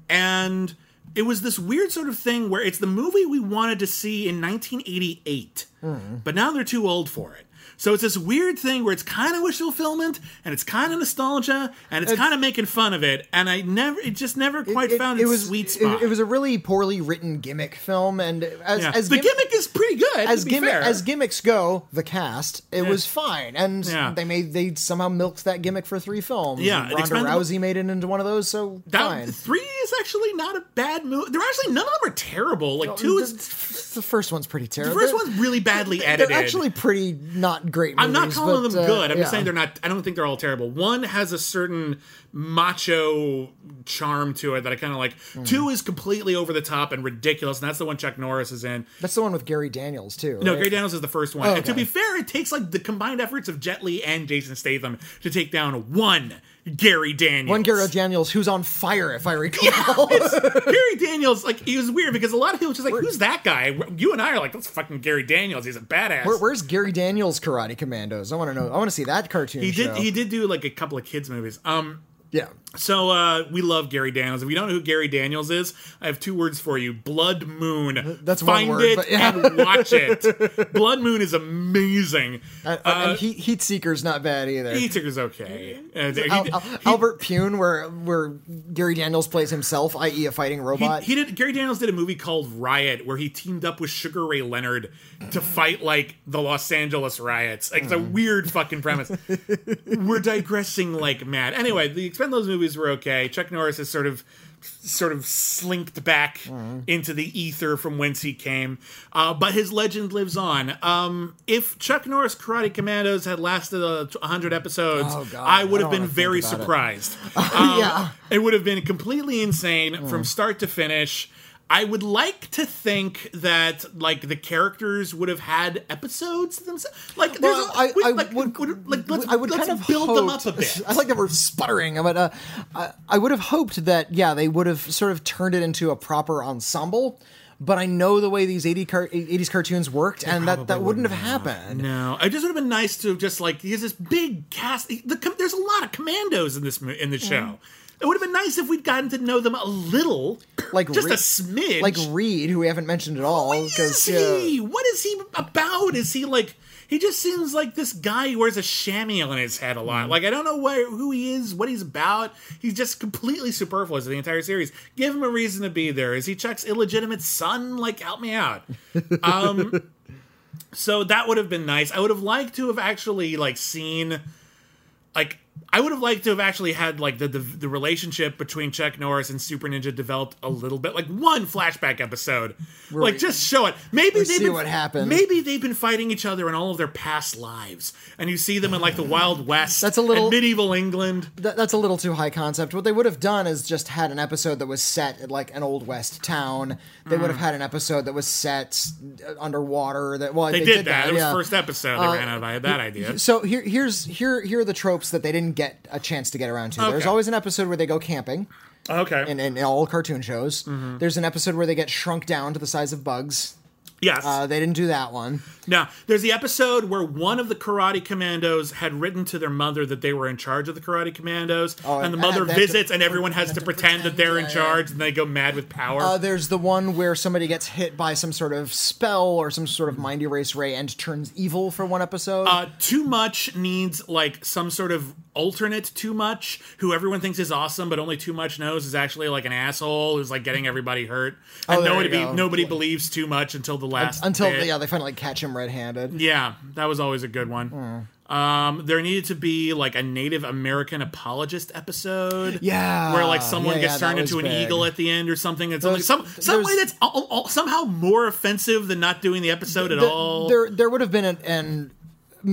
S1: and it was this weird sort of thing where it's the movie we wanted to see in 1988,
S2: Mm.
S1: but now they're too old for it. So it's this weird thing where it's kind of wishful fulfillment and it's kind of nostalgia and it's kind of making fun of it, and I never, it just never quite found its sweet spot.
S2: It, it was a really poorly written gimmick film, and as,
S1: Yeah.
S2: as
S1: the
S2: gim-
S1: gimmick is pretty good.
S2: as
S1: to be
S2: gimmick
S1: fair.
S2: as gimmicks go, the cast it was fine, and
S1: Yeah.
S2: they made they somehow milked that gimmick for three films.
S1: Yeah,
S2: And
S1: and
S2: Ronda
S1: Expendable-
S2: Rousey made it into one of those, so
S1: That-
S2: fine.
S1: three is actually not a bad movie. They're actually none of them are terrible. Like two
S2: the,
S1: is
S2: the first one's pretty terrible.
S1: the first
S2: They're-
S1: one's really badly
S2: They're
S1: edited.
S2: actually pretty not great.
S1: I'm not
S2: movies,
S1: calling
S2: but,
S1: them
S2: uh,
S1: good. I'm
S2: yeah.
S1: just saying they're not. I don't think they're all terrible. One has a certain macho charm to it that I kind of like.
S2: Hmm.
S1: Two is completely over the top and ridiculous, and that's the one Chuck Norris is in.
S2: That's the one with Gary Daniels too.
S1: No,
S2: right?
S1: Gary Daniels is the first one. And to
S2: okay.
S1: be fair, it takes like the combined efforts of Jet Li and Jason Statham to take down one Gary Daniels.
S2: One Gary Daniels who's on fire, if I recall.
S1: Gary Daniels, like, he was weird because a lot of people were just like, who's that guy? You and I are like, that's fucking Gary Daniels. He's a badass.
S2: Where, where's Gary Daniels' Karate Commandos? I want to know. I want to see that cartoon.
S1: he did
S2: show.
S1: he did do like a couple of kids movies. Um,
S2: yeah.
S1: so uh, we love Gary Daniels. If you don't know who Gary Daniels is, I have two words for you: Blood Moon.
S2: Uh, That's one
S1: find
S2: word,
S1: it
S2: but yeah.
S1: and watch it. Blood Moon is amazing.
S2: And,
S1: Uh,
S2: and he, Heat Seeker's not bad either.
S1: Eater is okay. Uh, he-
S2: Al- Al- Albert Pune, where where Gary Daniels plays himself, i.e., a fighting robot.
S1: He, he did. Gary Daniels did a movie called Riot, where he teamed up with Sugar Ray Leonard to fight like the Los Angeles riots. Like, It's a weird fucking premise. we're digressing like mad. Anyway, the Expendables movies were okay. Chuck Norris is sort of sort of slinked back
S2: Mm-hmm.
S1: into the ether from whence he came, uh, but his legend lives on. Um, if Chuck Norris Karate Commandos had lasted uh, 100 episodes,
S2: Oh, God.
S1: I would
S2: I
S1: have
S2: don't
S1: been
S2: wanna think
S1: very
S2: about it.
S1: surprised. um,
S2: yeah.
S1: It would have been completely insane
S2: Hmm.
S1: from start to finish. I would like to think that like the characters would have had episodes themselves. Like, there's
S2: Well,
S1: a-
S2: I,
S1: we-
S2: I
S1: like,
S2: would,
S1: would- like let's,
S2: I would
S1: let's
S2: kind of
S1: build them up
S2: hoped-
S1: a bit.
S2: I like that we're sputtering, but uh, I, I would have hoped that yeah, they would have sort of turned it into a proper ensemble. But I know the way these 80 car- 80s cartoons worked, and that, that wouldn't have happened.
S1: No, it just would have been nice to have just like there's this big cast. The, com- there's a lot of commandos in this mo- in the show. It would have been nice if we'd gotten to know them a little,
S2: Like
S1: just
S2: re-
S1: a smidge.
S2: Like Reed, who we haven't mentioned at all,
S1: is
S2: because
S1: he? What is he about? Is he like? He just seems like this guy who wears a chamois on his head a lot. Like I don't know where who he is, what he's about. He's just completely superfluous in the entire series. Give him a reason to be there. Is he Chuck's illegitimate son? Like help me out. Um, so that would have been nice. I would have liked to have actually like seen like I would have liked to have actually had like the, the the relationship between Chuck Norris and Super Ninja developed a little bit, like one flashback episode, like
S2: we-
S1: just show it. Maybe they've
S2: see
S1: been,
S2: what happened.
S1: Maybe they've been fighting each other in all of their past lives, and you see them in like the Wild West,
S2: That's a little-
S1: and medieval England.
S2: Th- that's a little too high concept. What they would have done is just had an episode that was set at like an old west town. They
S1: Mm.
S2: would have had an episode that was set uh, underwater. That well,
S1: They, did, that. It was
S2: yeah. Uh,
S1: first episode. They ran out of that idea.
S2: So here, here's here here are the tropes that they didn't get a chance to get around to. There's
S1: Okay.
S2: always an episode where they go camping
S1: Okay. Mm-hmm.
S2: in, in all cartoon shows. There's an episode where they get shrunk down to the size of bugs.
S1: Yes.
S2: Uh, they didn't do that one.
S1: Now, there's the episode where one of the karate commandos had written to their mother that they were in charge of the karate commandos, and the
S2: Oh, and
S1: mother
S2: they have to-
S1: visits, and everyone has to, pretend, that they're in
S3: yeah, yeah.
S1: charge, and they go mad with power.
S2: Uh, there's the one where somebody gets hit by some sort of spell or some sort of mind erase ray and turns evil for one episode.
S1: Uh, too much needs like some sort of alternate too much who everyone thinks is awesome but only too much knows is actually like an asshole who's like getting everybody hurt and
S2: Oh, there
S1: nobody
S2: you go.
S1: nobody believes too much until the last
S2: until
S1: bit.
S2: yeah, they finally like, catch him red-handed.
S1: Yeah, that was always a good one
S2: Hmm.
S1: um there needed to be like a native american apologist episode
S2: Yeah,
S1: where like someone
S2: Ah, yeah,
S1: gets
S2: yeah,
S1: turned
S2: that was
S1: into an
S2: big.
S1: eagle at the end or something it's like
S2: There's-
S1: some some
S2: there's-
S1: way that's all, all, somehow more offensive than not doing the episode at
S2: There-
S1: all
S2: There, there would have been an, an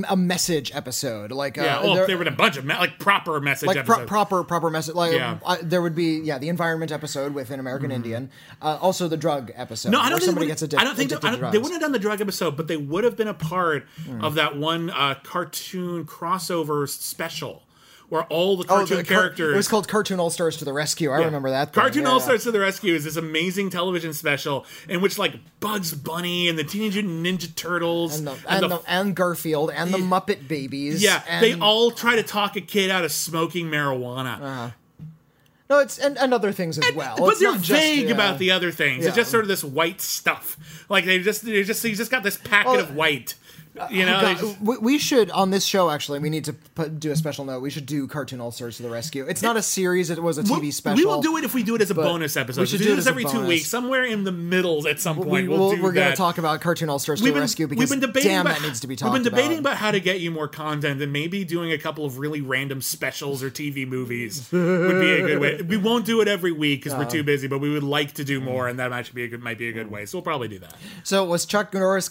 S2: a message episode, like uh,
S1: yeah, well,
S2: there-
S1: there were a bunch of me- like proper message
S2: like pro-
S1: episodes.
S2: proper proper message. Like
S1: Yeah. Mm-hmm.
S2: uh, there would be yeah, the environment episode with an American Indian, uh, also the drug episode.
S1: No, I don't
S2: where
S1: think
S2: somebody
S1: they
S2: gets
S1: would've-
S2: addicted.
S1: I don't think they,
S2: addicted
S1: I
S2: to
S1: don't-
S2: drugs. Hmm.
S1: they wouldn't have done the drug episode, but they would have been a part of that one uh, cartoon crossover special where all the
S2: Oh,
S1: cartoon
S2: the car-
S1: characters.
S2: It was called Cartoon All Stars to the Rescue. I remember that. thing,
S1: Cartoon
S2: yeah.
S1: All Stars to the Rescue is this amazing television special in which like Bugs Bunny and the Teenage Mutant Ninja Turtles
S2: and, the, and, the, and Garfield and the Muppet Babies.
S1: yeah,
S2: and,
S1: they all try to talk a kid out of smoking marijuana.
S2: No, it's and, and other things as Uh-huh. well.
S1: but
S2: It's
S1: they're
S2: not just,
S1: vague
S2: yeah.
S1: about the other things. It's
S2: Yeah.
S1: just sort of this white stuff. Like they just, they just, he's just got this packet
S2: Well, uh,
S1: of white. You know, they
S2: God,
S1: just-
S2: we, we should on this show actually. We need to put, do a special note. We should do Cartoon All Stars to the Rescue. It's not a series. It was a
S1: We'll-
S2: TV special.
S1: We will do it if we do it as a bonus episode.
S2: we
S1: We
S2: should
S1: do,
S2: do it
S1: this
S2: as a
S1: every two
S2: bonus.
S1: weeks, somewhere in the middle at some
S2: We,
S1: point.
S2: we
S1: We'll, do
S2: are
S1: that.
S2: gonna talk about Cartoon All Stars to the Rescue because damn, that needs to be talked
S1: We've been debating
S2: about.
S1: about. how to get you more content, and maybe doing a couple of really random specials or TV movies would be a good way. We won't do it every week
S2: Uh.
S1: because we're too busy, but we would like to do
S2: Mm.
S1: more, and that might be a good might be a good way. So we'll probably do that.
S2: So it was Chuck Norris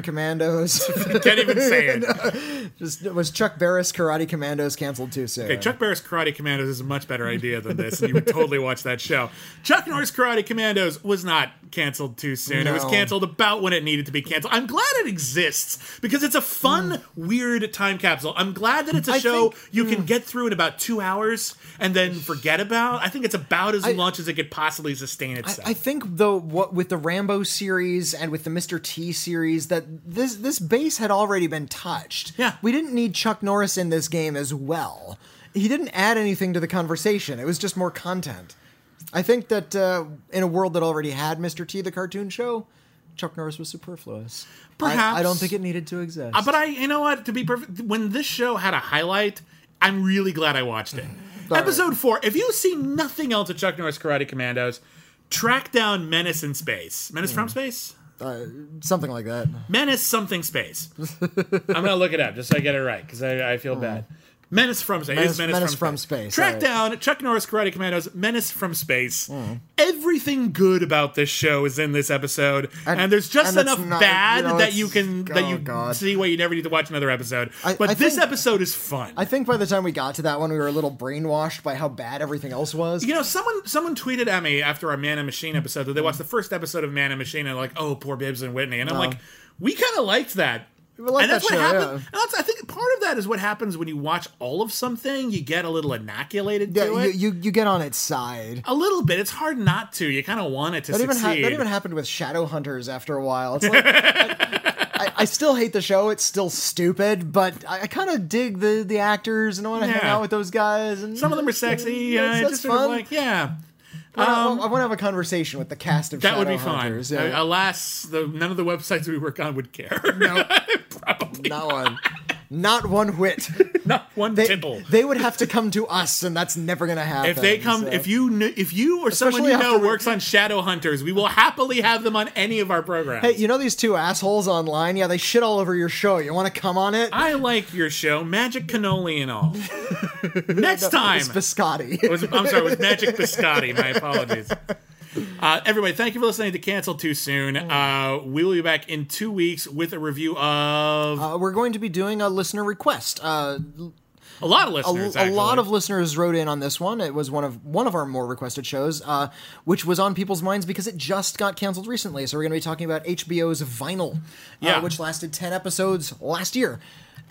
S2: Commandos?
S1: Can't even say it.
S2: Just it was Chuck Barris Karate Commandos canceled too soon?
S1: Okay, Chuck Barris Karate Commandos is a much better idea than this, and you would totally watch that show. Chuck Norris Karate Commandos was not canceled too soon. It was
S2: No.
S1: canceled about when it needed to be canceled. I'm glad it exists because it's a fun, weird time capsule. I'm glad that it's a
S2: Hmm. I
S1: show
S2: think- hmm.
S1: you can get through in about two hours and then forget about. I think it's about as much as it could possibly sustain itself.
S2: I think though, what with the Rambo series and with the Mr. T series, that this this base had already been touched.
S1: Yeah.
S2: we didn't need Chuck Norris in this game as well. He didn't add anything to the conversation. It was just more content. I think that uh, in a world that already had Mr. T, the cartoon show, Chuck Norris was superfluous. I-
S1: Perhaps.
S2: I, don't think it needed to exist.
S1: Uh, but I, you know what? To be perfect, when this show had a highlight, I'm really glad I watched it.
S2: Mm-hmm. All right.
S1: Episode four. If you see nothing else of Chuck Norris Karate Commandos, track down Menace in Space. Menace
S2: Mm.
S1: from Space.
S2: Uh, Something like that.
S1: Menace something space. I'm gonna look it up just so I get it right because I, I feel bad. Menace from space. It is
S2: Hmm. Menace-
S1: Menace,
S2: Menace
S1: from,
S2: from
S1: space.
S2: Space,
S1: Track
S2: alright. Hmm.
S1: down Chuck Norris Karate Commandos. Menace from space. Everything good about this show is in this episode, and,
S2: And-
S1: there's just
S2: and it's
S1: enough
S2: not-
S1: bad
S2: you know,
S1: that you
S2: it's-
S1: can that
S2: oh,
S1: you
S2: God.
S1: see why you never need to watch another episode.
S2: I-
S1: but
S2: I
S1: this
S2: think-
S1: episode is fun.
S2: I think by the time we got to that one, we were a little brainwashed by how bad everything else was.
S1: You know, someone someone tweeted at me after our Man and Machine episode that they watched the first episode of Man and Machine and like, oh, poor Bibbs and Whitney, and I'm like, we kind of liked that.
S2: Uh-huh. liked
S1: and that's
S2: that
S1: what
S2: show,
S1: happened. And that's, I think part of that is what happens when you watch all of something. You get a little inoculated to
S2: Yeah,
S1: it.
S2: you, you you get on its side.
S1: a little bit. It's hard not to. You kind of want it to
S2: That even, ha-
S1: succeed.
S2: that even happened with Shadowhunters after a while. It's like, I, I, I still hate the show. It's still stupid, but I, I kind of dig the, the actors and I want to hang
S1: Yeah.
S2: out with those guys. And
S1: Some of them are sexy.
S2: That's-
S1: Uh,
S2: that's
S1: just sort of
S2: fun.
S1: like, yeah.
S2: I want to have a conversation with the cast of
S1: That would be fun.
S2: Shadowhunters.
S1: Uh,
S2: Yeah.
S1: Alas, the, none of the websites we work on would care. Probably
S2: not one, not one whit.
S1: not one
S2: They,
S1: tittle.
S2: they would have to come to us, and that's never gonna happen.
S1: If they come,
S2: so.
S1: if you, kn- if you or someone
S2: Especially
S1: you know
S2: after we-
S1: works on Shadow Hunters, we will happily have them on any of our programs.
S2: Hey, you know these two assholes online? Yeah, they shit all over your show. You want to come on it?
S1: I like your show, Magic Cannoli and all. Next time,
S2: It's biscotti.
S1: It was- I'm sorry, it was Magic Biscotti. My apologies. Uh, everybody, thank you for listening to Cancel Too Soon.
S2: Oh.
S1: Uh, we will be back in two weeks with a review of
S2: Uh, we're going to be doing a listener request. Uh,
S1: a lot of listeners.
S2: a lot
S1: actually.
S2: of listeners wrote in on this one. It was one of one of our more requested shows, uh, which was on people's minds because it just got canceled recently. So we're going to be talking about HBO's Vinyl, uh,
S1: Yeah.
S2: which lasted ten episodes last year,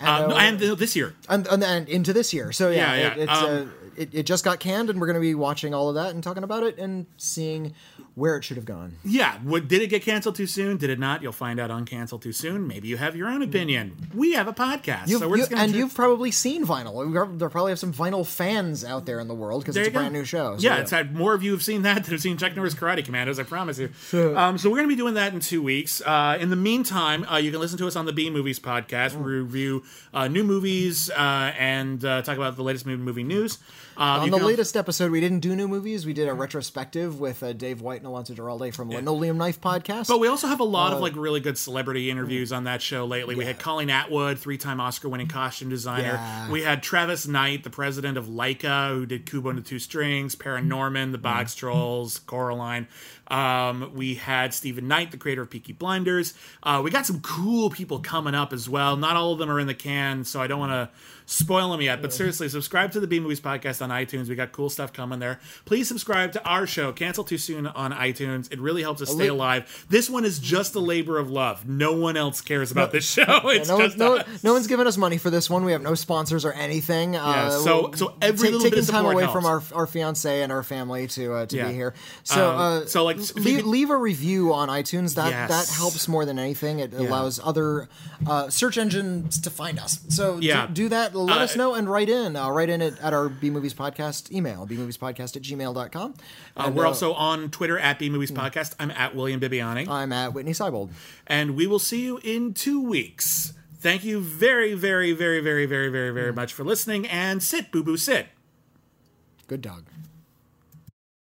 S2: and,
S1: Uh,
S2: uh,
S1: no, and th- this year.
S2: and, and, and into this year. So yeah,
S1: Yeah, yeah. Um,
S2: It, it's, uh, it, it just got canned, and we're going to be watching all of that and talking about it and seeing where it should have gone.
S1: Yeah, what, did it get canceled too soon? Did it not? You'll find out on Cancel Too Soon. Maybe you have your own opinion. We have a podcast,
S2: You've-
S1: so we're
S2: Mm. you-
S1: just gonna
S2: and
S1: do-
S2: you've probably seen vinyl. We prob- There probably have some vinyl fans out there in the world because
S1: There
S2: it's a
S1: you go.
S2: brand new show. so
S1: yeah, it's had more of you have seen that than have seen Chuck Norris Karate Commandos. I promise you. Um, so we're going to be doing that in two weeks. Uh, in the meantime, uh, you can listen to us on the B Movies podcast. We review uh, new movies uh, and uh, talk about the latest movie, movie news. Um,
S2: On the latest episode, we didn't do new movies. We did a retrospective with uh, Dave White and Alonzo Duralde from Linoleum Knife Podcast.
S1: But Oh, we also have a lot
S2: Uh,
S1: of like really good celebrity interviews on that show lately. We had Colleen Atwood, three-time Oscar-winning costume designer.
S2: Yeah.
S1: We had Travis Knight, the president of Leica, who did Kubo and the Two Strings, Paranorman, The
S2: Mm-hmm.
S1: Box Trolls, Coraline. Um, we had Stephen Knight, the creator of Peaky Blinders. Uh, we got some cool people coming up as well. Not all of them are in the can, so I don't want to spoil them yet. But seriously, subscribe to the B Movies podcast on iTunes. We got cool stuff coming there. Please subscribe to our show, Cancel Too Soon, on iTunes. It really helps us stay
S2: li-
S1: alive. This one is just a labor of love. No one else cares about this show. It's
S2: no,
S1: just
S2: one's, no,
S1: us.
S2: no one's given us money for this one. We have no sponsors or anything.
S1: Yeah,
S2: uh,
S1: so- so every
S2: ta-
S1: little bit
S2: taking
S1: of
S2: time
S1: support
S2: away from our our fiance and our family to uh, to
S1: Yeah.
S2: be here. So
S1: Um,
S2: uh,
S1: so, like,
S2: le-
S1: if you
S2: leave,
S1: could-
S2: a review on iTunes. That
S1: Yes.
S2: that helps more than anything. It allows other uh, search engines to find us. So do-
S1: Yeah.
S2: do, that. Let
S1: Uh,
S2: us know and write in. Uh, write in at, at our B movies podcast email. B movies podcast at gmail.com.
S1: Uh, we're also on Twitter at B Movies Podcast. I'm at William Bibiani.
S2: I'm at Whitney Seibold.
S1: and we will see you in two weeks. Thank you very, very, very, very, very, very, very much for listening. And sit, boo boo, sit.
S2: Good dog.